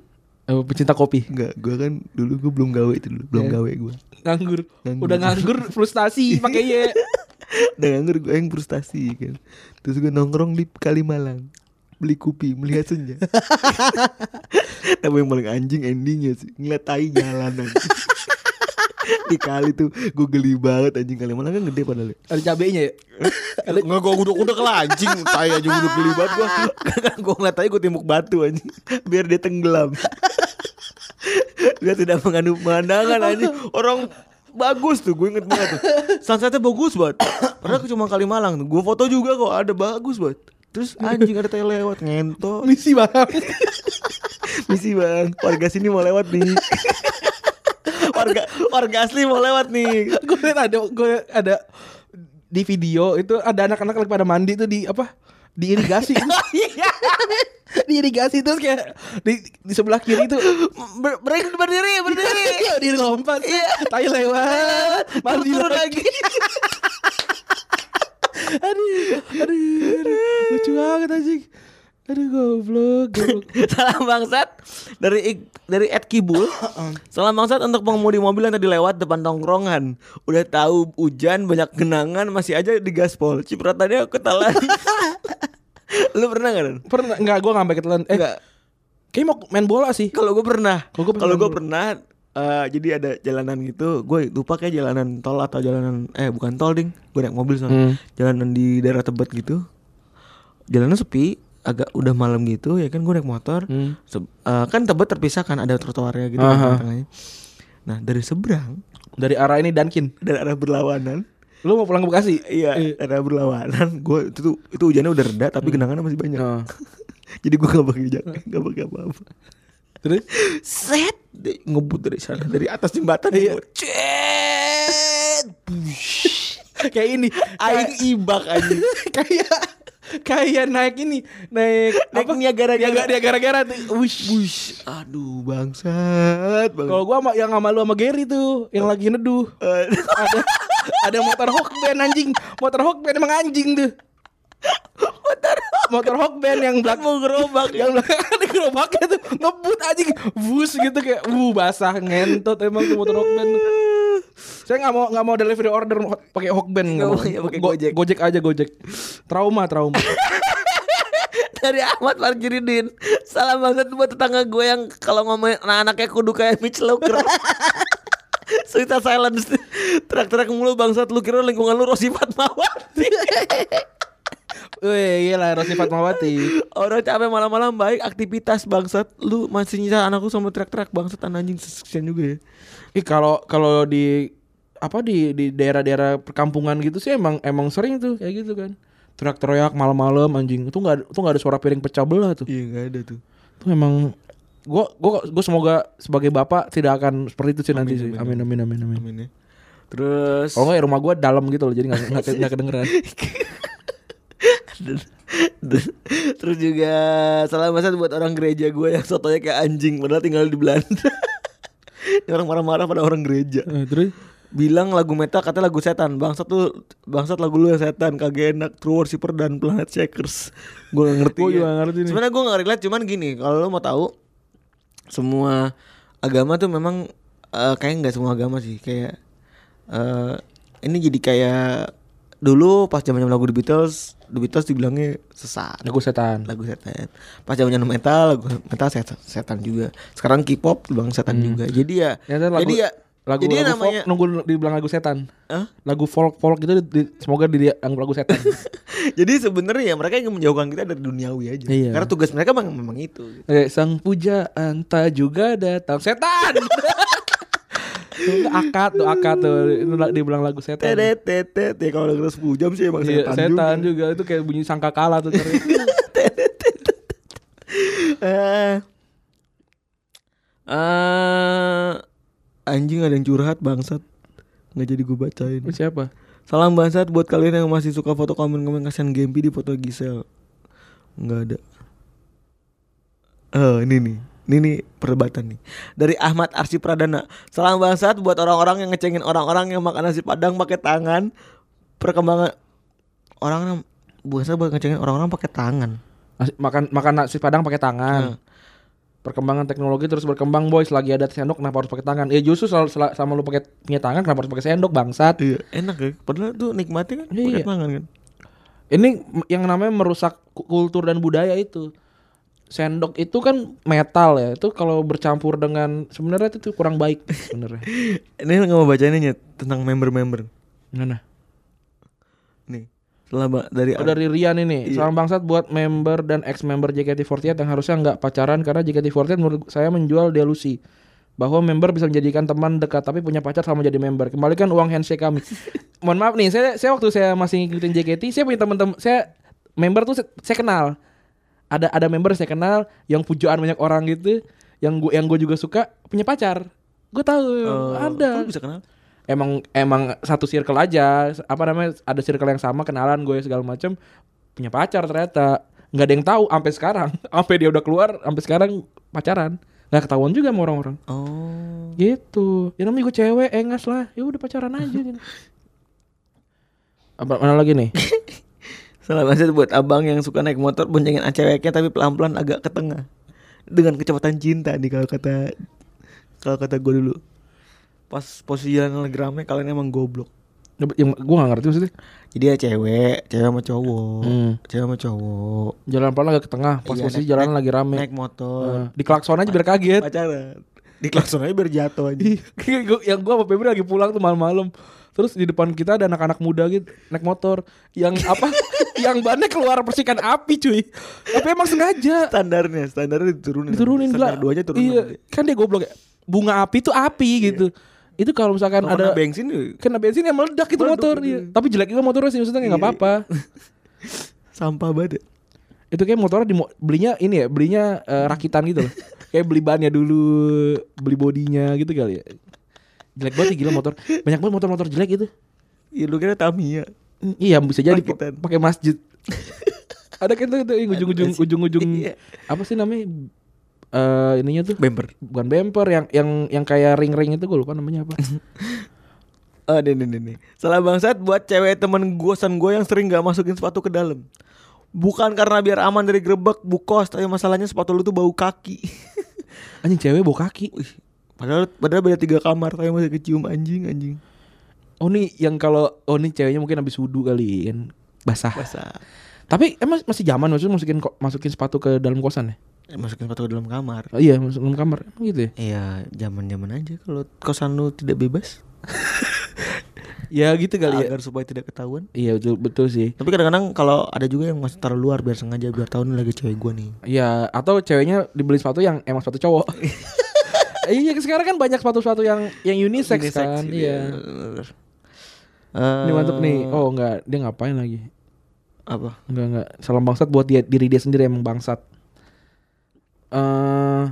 Speaker 2: eh, pecinta kopi.
Speaker 3: Enggak, gue kan dulu gue belum gawe itu dulu Belum
Speaker 2: Iya.
Speaker 3: gawe gue
Speaker 2: Nganggur.
Speaker 3: Nganggur.
Speaker 2: Udah nganggur frustasi pakai ye.
Speaker 3: Dan nganggur gue yang frustasi kan Terus gue nongkrong di Kalimalang Beli kopi, melihat senja Tapi yang paling anjing endingnya sih Ngeliat tai jalanan Di kali tuh gue geli banget anjing Kalimalang kan gede padahal ya
Speaker 2: Ada cabenya ya.
Speaker 3: Nggak gue guduk-guduk lah anjing Tai aja guduk geli banget gue Kan gue ngeliat tai gue timbuk batu anjing Biar dia tenggelam Dia tidak mengandung pandangan anjing Orang bagus tuh gue inget banget tuh Sunsetnya bagus banget Padahal cuma Kalimalang tuh Gue foto juga kok ada bagus banget Terus anjing ada tai lewat Ngentot
Speaker 2: Misi banget.
Speaker 3: Misi bang Warga sini mau lewat nih Warga, warga asli mau lewat nih
Speaker 2: gue liat ada gue ada di video itu ada anak-anak lagi pada mandi tuh di apa di irigasi iya. di irigasi terus kayak di, di sebelah kiri itu
Speaker 3: Ber- Berdiri, berdiri
Speaker 2: Iya, dia lompat. Tai lewat, mandi
Speaker 3: Turun
Speaker 2: lagi. aduh, aduh, aduh, lucu banget anjing. Aduh goblok, goblok.
Speaker 3: Salam bangsat dari Ik- dari Ed Kibul. Salam bangsat untuk pengemudi mobil yang tadi lewat depan tongkrongan. Udah tahu hujan banyak genangan masih aja di gaspol. Cipratannya ketelan. Lu pernah gak? Dan?
Speaker 2: Pernah enggak gua nggak sampai ketelan. Eh,
Speaker 3: Enggak.
Speaker 2: kayak mau main bola sih.
Speaker 3: Kalau gue pernah.
Speaker 2: Kalau gua pernah
Speaker 3: Kalau gue
Speaker 2: dulu.
Speaker 3: pernah eh, jadi ada jalanan gitu, gue lupa kayak jalanan tol atau jalanan eh bukan tol ding, gue naik mobil soalnya. Jalanan di daerah Tebet gitu. Jalanan sepi, agak udah malam gitu ya kan gue naik motor. Se- eh, kan Tebet terpisah kan ada trotoarnya gitu kan tengah-tengahnya. Nah, dari seberang
Speaker 2: Dari arah ini Dankin.
Speaker 3: dari arah berlawanan
Speaker 2: Lu mau pulang ke Bekasi?
Speaker 3: Iya, arah berlawanan. Gue itu tuh, itu hujannya udah reda, tapi genangannya masih banyak.
Speaker 2: Nah,
Speaker 3: Jadi gue gak pakai jaket, gak pakai apa-apa.
Speaker 2: Terus
Speaker 3: set Dia ngebut dari sana dari atas jembatan dia ngebut. cet Bush.
Speaker 2: kayak ini
Speaker 3: aing ibak aja
Speaker 2: kayak kayak naik ini, naik
Speaker 3: Naik
Speaker 2: apa?
Speaker 3: Niagara-
Speaker 2: Niagara- Niagara-gara tuh. Wush.
Speaker 3: Bush. aduh bangsat
Speaker 2: Kalau
Speaker 3: banget
Speaker 2: gua sama yang sama lu sama Gary tuh yang lagi neduh.
Speaker 3: Eh,
Speaker 2: ada ada motor Hawkman anjing. Motor Hawkman emang anjing tuh. Motor Hawkman yang belakang
Speaker 3: mau gerobak
Speaker 2: yang belakang ada gerobaknya tuh ngebut anjing bus gitu kayak wuh basah ngentot emang tuh motor Hawkman tuh. saya nggak mau nggak mau delivery order ho- pakai Hawkman nggak mau
Speaker 3: Nggak mau, ya, pakai
Speaker 2: Go-
Speaker 3: Gojek.
Speaker 2: gojek aja gojek trauma trauma
Speaker 3: dari Ahmad Marjuridin salam bangsat buat tetangga gue yang kalau ngomongin anak-anaknya kudu kayak Mitch Locker Sweet silence Terak-terak mulu bangsat Lu kira lingkungan lu Rosi Fatmawati
Speaker 2: Wih, iya lah Rosi Fatmawati
Speaker 3: Orang capek malam-malam baik aktivitas bangsat lu masih nyisa anakku sama trek-trek bangsat anak anjing seksian juga ya.
Speaker 2: Ih kalau kalau di apa di di daerah-daerah perkampungan gitu sih emang emang sering tuh kayak gitu kan teriak-teriak malam-malam anjing itu nggak ada- itu nggak ada suara piring pecah belah tuh
Speaker 3: Iya nggak ada tuh.
Speaker 2: itu emang gua gua gua semoga sebagai bapak tidak akan seperti itu sih nanti sih amin amin amin amin
Speaker 3: Amin ya. Terus
Speaker 2: Kalau nggak ya rumah gue dalam gitu loh, jadi nggak nggak ke- nggak kedengeran.
Speaker 3: Terus juga salam pesan buat orang gereja gue yang sotonya kayak anjing padahal tinggal di Belanda. Ini orang marah-marah pada orang gereja.
Speaker 2: Eh, Terus
Speaker 3: Bilang lagu metal katanya lagu setan. Bangsat tuh bangsat lagu lu yang setan kagak enak True Worshipper dan Planet Shakers. Gue gak ngerti.
Speaker 2: Gua
Speaker 3: ya.
Speaker 2: juga nggak ngerti nih.
Speaker 3: Sebenarnya gue gak relate cuman gini, kalau lu mau tahu semua agama tuh memang eh, kayak nggak semua agama sih kayak eh ini jadi kayak dulu pas zaman lagu The Beatles, The Beatles dibilangnya sesat
Speaker 2: lagu setan.
Speaker 3: lagu setan pas zamannya nu metal lagu metal setan, setan juga sekarang K-pop bang setan juga jadi ya
Speaker 2: Ya, ntar lagu-
Speaker 3: jadi ya
Speaker 2: Lagu,
Speaker 3: jadi
Speaker 2: lagu
Speaker 3: namanya
Speaker 2: folk nunggu dibilang lagu setan.
Speaker 3: Hah?
Speaker 2: Lagu folk folk gitu di- di- semoga dianggap lagu setan.
Speaker 3: jadi sebenarnya ya mereka ingin menjauhkan kita dari duniawi aja
Speaker 2: Iya.
Speaker 3: karena tugas mereka memang, memang itu
Speaker 2: Oke, Eh, sang pujaan tak juga datang setan. Itu akad tuh akad tuh Itu la- dibilang lagu setan. Iya,
Speaker 3: tetet tetet ya kalau denger 10 jam sih emang
Speaker 2: Setan,
Speaker 3: setan, juga
Speaker 2: juga. itu kayak bunyi sangkakala tuh. ternyata.
Speaker 3: eh eh, anjing ada yang curhat bangsat nggak jadi ya. gue bacain
Speaker 2: Siapa?
Speaker 3: Salam bangsat buat kalian yang masih suka foto komen-komen kasihan Gempi di foto Gisel. Enggak ada. Eh, ini nih. Ini nih perdebatan nih. Dari Ahmad Arsi Pradana. Salam bangsat buat orang-orang yang ngecengin orang-orang yang makan nasi Padang pakai tangan. Perkembangan orang biasa buat ngecengin orang-orang pakai tangan.
Speaker 2: Nasi- makan makan nasi padang pakai tangan. Perkembangan teknologi terus berkembang boys. Lagi ada sendok kenapa harus pakai tangan? Ya justru selalu sel- selama lu pakai punya tangan kenapa harus pakai sendok bangsat?
Speaker 3: Iya, enak ya. Padahal tuh nikmatnya kan
Speaker 2: Iya.
Speaker 3: pakai tangan kan.
Speaker 2: Ini m- yang namanya merusak ku- kultur dan budaya itu. Sendok itu kan metal ya. Itu kalau bercampur dengan sebenarnya itu tuh kurang baik sebenarnya.
Speaker 3: Ini nggak mau bacain aja tentang member-member.
Speaker 2: Mana?
Speaker 3: Nih. Selama dari
Speaker 2: Oh, dari Rian ini. Salam bangsat buat member dan ex member JKT48 yang harusnya nggak pacaran karena JKT48 menurut saya menjual delusi bahwa member bisa menjadikan teman dekat tapi punya pacar sama jadi member. Kembalikan uang handshake kami. Mohon maaf nih, saya saya waktu saya masih ngikutin JKT, saya punya teman-teman saya member tuh saya, saya kenal. Ada ada member saya kenal yang pujaan banyak orang gitu, yang gue yang gue juga suka punya pacar. Gue tahu
Speaker 3: Eh,
Speaker 2: ada
Speaker 3: kok bisa kenal.
Speaker 2: emang emang satu circle aja apa namanya ada circle yang sama kenalan gue segala macem punya pacar ternyata nggak ada yang tahu sampai sekarang sampai dia udah keluar sampai sekarang pacaran nggak ketahuan juga sama orang-orang
Speaker 3: Oh.
Speaker 2: gitu ya namanya gue cewek engas lah ya udah pacaran aja apa mana lagi nih
Speaker 3: Salam aset buat abang yang suka naik motor boncengin ceweknya tapi pelan-pelan agak ke tengah dengan kecepatan cinta nih kalau kata kalau kata gue dulu pas posisi jalan lagi rame kalian emang goblok
Speaker 2: yang gue nggak ngerti maksudnya
Speaker 3: jadi ya cewek cewek sama cowok
Speaker 2: Hmm.
Speaker 3: cewek sama cowok
Speaker 2: jalan pelan agak ke tengah pas
Speaker 3: Iya,
Speaker 2: posisi
Speaker 3: naik-
Speaker 2: jalan lagi rame
Speaker 3: naik motor
Speaker 2: Eh, di klakson aja biar kaget
Speaker 3: Hmm. pacaran di klakson aja biar jatuh aja
Speaker 2: Ih, Iya, kayak gua- yang gua sama Febri lagi pulang tuh malam-malam. Terus di depan kita ada anak-anak muda gitu naik motor yang apa yang bannya keluar percikan api cuy. Tapi emang sengaja
Speaker 3: standarnya standarnya diturunin
Speaker 2: diturunin gila.
Speaker 3: standar duanya turunin Iya.
Speaker 2: Iya, kan dia goblok ya. Bunga api tuh api gitu. Itu kalau misalkan
Speaker 3: Kalau
Speaker 2: ada
Speaker 3: kena bensin tuh
Speaker 2: kena bensin yang meledak itu
Speaker 3: Meledak,
Speaker 2: motor
Speaker 3: iya.
Speaker 2: iya. Tapi jelek juga motornya sih maksudnya nggak
Speaker 3: Iya.
Speaker 2: apa-apa.
Speaker 3: sampah banget ya.
Speaker 2: Itu kayak motornya di belinya ini ya, belinya eh, rakitan gitu loh. kayak beli bannya dulu, beli bodinya gitu kali ya. Jelek banget sih, gila motor. Banyak banget motor-motor jelek gitu.
Speaker 3: Iya lu kira Tamiya
Speaker 2: Mm, Iya bisa jadi po-
Speaker 3: Rakitan.
Speaker 2: pakai masjid. Ada kan tuh tuh yang ujung-ujung
Speaker 3: Ada sih.
Speaker 2: ujung-ujung
Speaker 3: Iya.
Speaker 2: apa sih namanya? Eh ininya tuh
Speaker 3: bemper
Speaker 2: bukan bumper yang yang yang kayak ring-ring itu gue lupa namanya apa.
Speaker 3: Oh, nih, nih, nih, nih. Salah bangsat buat cewek temen gosan gue yang sering gak masukin sepatu ke dalam. Bukan karena biar aman dari grebek, bukos, tapi masalahnya sepatu lu tuh bau kaki.
Speaker 2: Anjing cewek bawa kaki.
Speaker 3: Wih, padahal padahal beda tiga kamar, tapi masih kecium anjing anjing.
Speaker 2: Oh nih yang kalau oh nih ceweknya mungkin habis wudhu kali kan basah.
Speaker 3: Basah.
Speaker 2: Tapi emang masih zaman maksudnya masukin ko- masukin sepatu ke dalam kosan ya?
Speaker 3: Eh, Masukin sepatu ke dalam kamar.
Speaker 2: Oh, iya masuk dalam kamar emang gitu ya?
Speaker 3: Iya, zaman-zaman aja kalau kosan lu tidak bebas
Speaker 2: Ya gitu kali ya.
Speaker 3: agar supaya tidak ketahuan.
Speaker 2: Iya betul, betul sih.
Speaker 3: Tapi kadang-kadang kalau ada juga yang masih taruh luar biar sengaja biar tahu nih lagi cewek gue nih.
Speaker 2: Iya, atau ceweknya dibeli sepatu yang emang sepatu cowok. iya, sekarang kan banyak sepatu-sepatu yang yang unisex,
Speaker 3: Unisex,
Speaker 2: kan.
Speaker 3: gitu
Speaker 2: Iya.
Speaker 3: ya.
Speaker 2: Ini mantep
Speaker 3: Eh,
Speaker 2: nih. Oh, enggak, dia ngapain lagi?
Speaker 3: Apa?
Speaker 2: Enggak, enggak. Salam bangsat buat dia diri dia sendiri emang bangsat. Eh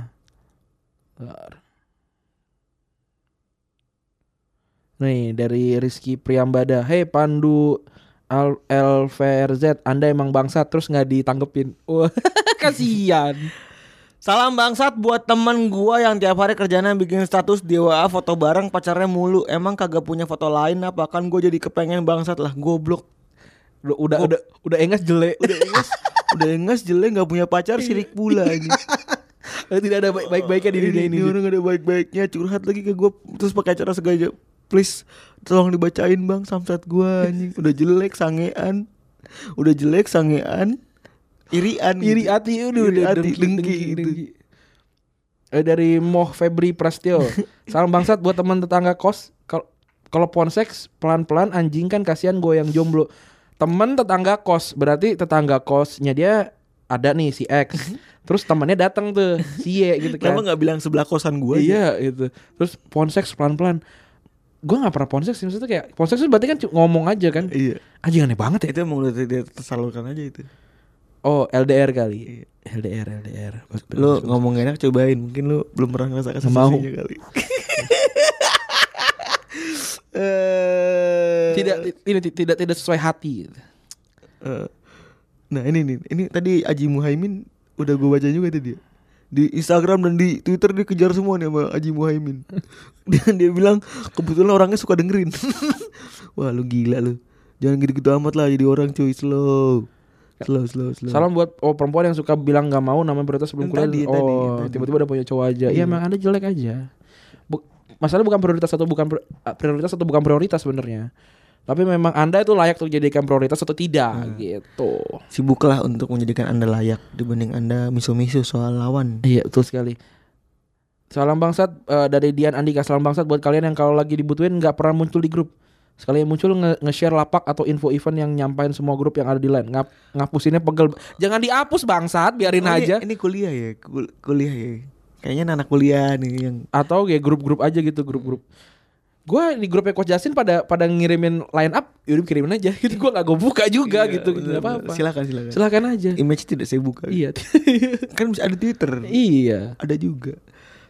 Speaker 2: bentar. Nih dari Rizky Priyambada, hey Pandu Al LVRZ, Anda emang bangsat terus nggak ditanggepin. Wah, kasihan.
Speaker 5: Salam bangsat buat temen gua yang tiap hari kerjanya bikin status di WA foto bareng pacarnya mulu. Emang kagak punya foto lain apa kan gua jadi kepengen bangsat lah goblok.
Speaker 2: Udah udah udah, udah engas jelek.
Speaker 5: Udah enges, udah enges jelek nggak punya pacar sirik pula ini.
Speaker 2: Tidak ada baik- baik-baiknya di dunia Iya. ini.
Speaker 5: orang ada baik-baiknya curhat lagi ke gua terus pakai acara sengaja. Please tolong dibacain bang samsat gua anjing. Udah jelek sangean. Udah jelek sangean. Irian. gitu.
Speaker 2: Iri hati udah
Speaker 5: Iri
Speaker 2: udah
Speaker 5: hati, dengki gitu.
Speaker 2: Eh, dari Moh Febri Prastio. Salam bangsat buat teman tetangga kos. Kal- Kalau ponseks pelan-pelan anjing kan kasihan gue yang jomblo. Temen tetangga kos berarti tetangga kosnya dia ada nih si X. Terus temannya datang tuh si Y gitu kan.
Speaker 5: Kenapa nggak bilang sebelah kosan gua aja?
Speaker 2: Iya gitu. Terus ponseks pelan-pelan. Gue nggak pernah ponseks sih maksudnya kayak ponseks itu berarti kan cu- ngomong aja kan.
Speaker 5: Iya.
Speaker 2: Anjing aneh banget ya.
Speaker 5: Itu emang udah dia tersalurkan aja itu.
Speaker 2: Oh LDR kali. LDR LDR.
Speaker 5: Iya. Lu ngomong enak cobain Mungkin lu belum pernah ngerasakan sensasinya
Speaker 2: Mau.
Speaker 5: kali Eh,
Speaker 2: tidak tidak tidak tidak sesuai hati
Speaker 5: eh, Nah ini nih Ini tadi Aji Muhaimin Udah gue baca juga tadi ya. Di Instagram dan di Twitter dikejar semua nih sama Aji Muhaimin Dan dia bilang Kebetulan orangnya suka dengerin Wah lu gila lu Jangan gitu-gitu amat lah jadi orang cuy Slow Slow slow slow
Speaker 2: salam buat oh perempuan yang suka bilang nggak mau namanya prioritas sebelum
Speaker 5: Yang
Speaker 2: kuliah
Speaker 5: tadi, yang tadi, yang
Speaker 2: oh
Speaker 5: tadi.
Speaker 2: tiba-tiba udah punya cowok aja iya emang anda jelek aja Bu- masalah bukan prioritas atau bukan pri- eh, prioritas atau bukan prioritas sebenarnya tapi memang anda itu layak untuk dijadikan prioritas atau tidak
Speaker 5: Nah.
Speaker 2: gitu
Speaker 5: Sibuklah untuk menjadikan anda layak Dibanding anda misu-misu soal lawan
Speaker 2: iya betul sekali salam bangsat eh, dari Dian Andika salam bangsat buat kalian yang kalau lagi dibutuhin nggak pernah muncul di grup sekali yang muncul nge- nge-share lapak atau info event yang nyampain semua grup yang ada di lain Ngap ngapusinnya pegel jangan dihapus bangsat biarin
Speaker 5: Oh, ini-
Speaker 2: aja
Speaker 5: Ini, kuliah ya, kul- kuliah ya. Kayaknya anak kuliah nih yang
Speaker 2: atau kayak grup-grup aja gitu grup-grup gue di grupnya coach Justin pada pada ngirimin line up yaudah kirimin aja gitu gue gak gue buka juga
Speaker 5: Iya,
Speaker 2: gitu
Speaker 5: bener-bener.
Speaker 2: nggak apa-apa
Speaker 5: Silakan silakan.
Speaker 2: silakan aja
Speaker 5: Image tidak saya buka.
Speaker 2: iya
Speaker 5: Kan bisa ada Twitter.
Speaker 2: iya
Speaker 5: Ada juga.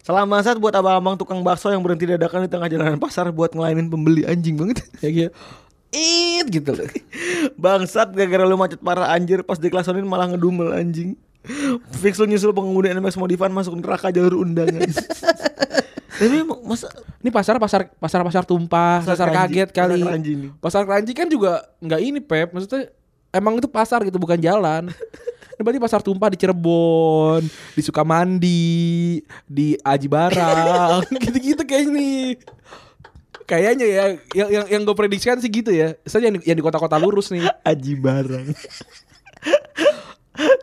Speaker 5: Salam saat buat abang-abang tukang bakso yang berhenti dadakan di tengah jalanan pasar buat ngelainin pembeli anjing banget.
Speaker 2: ya gitu it gitu loh
Speaker 5: Bangsat gara-gara lu macet parah anjir pas diklasonin malah ngedumel anjing. Fix lu nyusul pengemudi NMAX modifan masuk neraka jalur undangan. Tapi emang masa
Speaker 2: ini pasar pasar pasar pasar tumpah pasar,
Speaker 5: Pasar keranji,
Speaker 2: kaget kali
Speaker 5: pasar keranji nih.
Speaker 2: pasar keranji kan juga nggak ini pep maksudnya emang itu pasar gitu bukan jalan Ini berarti pasar tumpah di Cirebon di Sukamandi di Aji Barang gitu-gitu kayak ini kayaknya ya yang yang, yang gue prediksikan sih gitu ya saya yang, di- yang di kota-kota lurus nih
Speaker 5: Aji Barang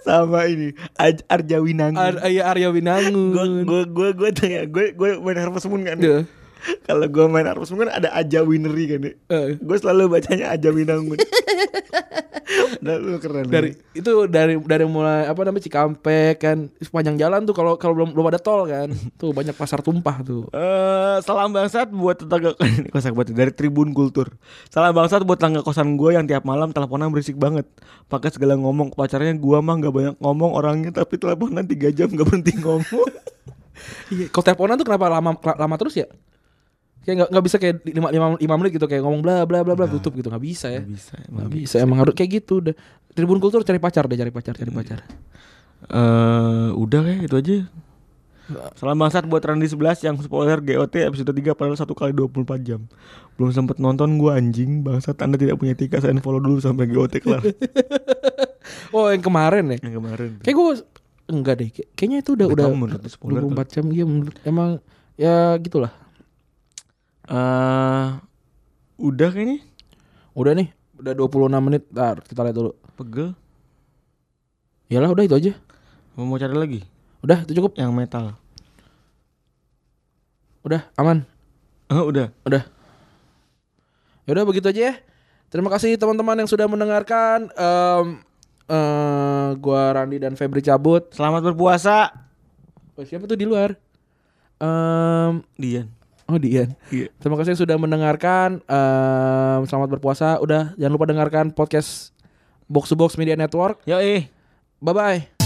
Speaker 5: sama ini Aj Arjawinangun
Speaker 2: Ar, ya Arya
Speaker 5: gue
Speaker 2: Winangun
Speaker 5: gue gue gue tanya gue gue main Harvest Moon kan
Speaker 2: Duh.
Speaker 5: kalau gue main Harvest Moon kan ada Aja Winery kan ya
Speaker 2: Eh.
Speaker 5: gue selalu bacanya Aja Winangun dan lu keren ya.
Speaker 2: dari itu dari dari mulai apa namanya Cikampek kan sepanjang jalan tuh kalau kalau belum belum ada tol kan tuh banyak pasar tumpah tuh
Speaker 5: Eh, salam bangsat buat tetangga ini kosak banget dari Tribun Kultur. Salam bangsat buat tetangga kosan gue yang tiap malam teleponan berisik banget. Pakai segala ngomong ke pacarnya gue mah nggak banyak ngomong orangnya tapi teleponan 3 jam nggak berhenti ngomong.
Speaker 2: Iya, kalau teleponan tuh kenapa lama la- lama terus ya? Kayak nggak nggak bisa kayak di- lima, lima, lima menit gitu kayak ngomong bla bla bla bla tutup gitu nggak bisa ya. Nggak bisa, Iya. emang, harus kayak gitu udah. Tribun Kultur cari pacar deh, cari pacar, cari pacar.
Speaker 5: eh udah lah itu aja. Salam bangsat buat Randy 11 yang spoiler GOT episode 3 padahal 1 kali 24 jam. Belum sempet nonton gua anjing, bangsat Anda tidak punya tiket saya follow dulu sampai GOT kelar.
Speaker 2: Oh, yang kemarin ya.
Speaker 5: yang kemarin.
Speaker 2: Kayak gue enggak deh. kayak- Kayaknya itu udah
Speaker 5: Nggak
Speaker 2: udah
Speaker 5: tahu menurut lu spoiler
Speaker 2: 24 jam iya menurut emang ya gitulah.
Speaker 5: Eh udah kayaknya
Speaker 2: Udah nih, udah 26 menit. Ntar kita lihat dulu.
Speaker 5: pegel.
Speaker 2: Yalah udah itu aja.
Speaker 5: Mau mau cari lagi
Speaker 2: Udah, itu cukup.
Speaker 5: yang metal.
Speaker 2: Udah, aman.
Speaker 5: Ah, udah.
Speaker 2: Udah. Ya udah begitu aja ya. Terima kasih teman-teman yang sudah mendengarkan. Em eh, gua Randi dan Febri cabut.
Speaker 5: Selamat berpuasa.
Speaker 2: Oh, siapa tuh di luar? Em
Speaker 5: Dian.
Speaker 2: oh Dian.
Speaker 5: Iya.
Speaker 2: Terima kasih yang sudah mendengarkan. Em, selamat berpuasa. Udah jangan lupa dengarkan podcast Box to Box Media Network.
Speaker 5: Yo eh.
Speaker 2: Bye bye.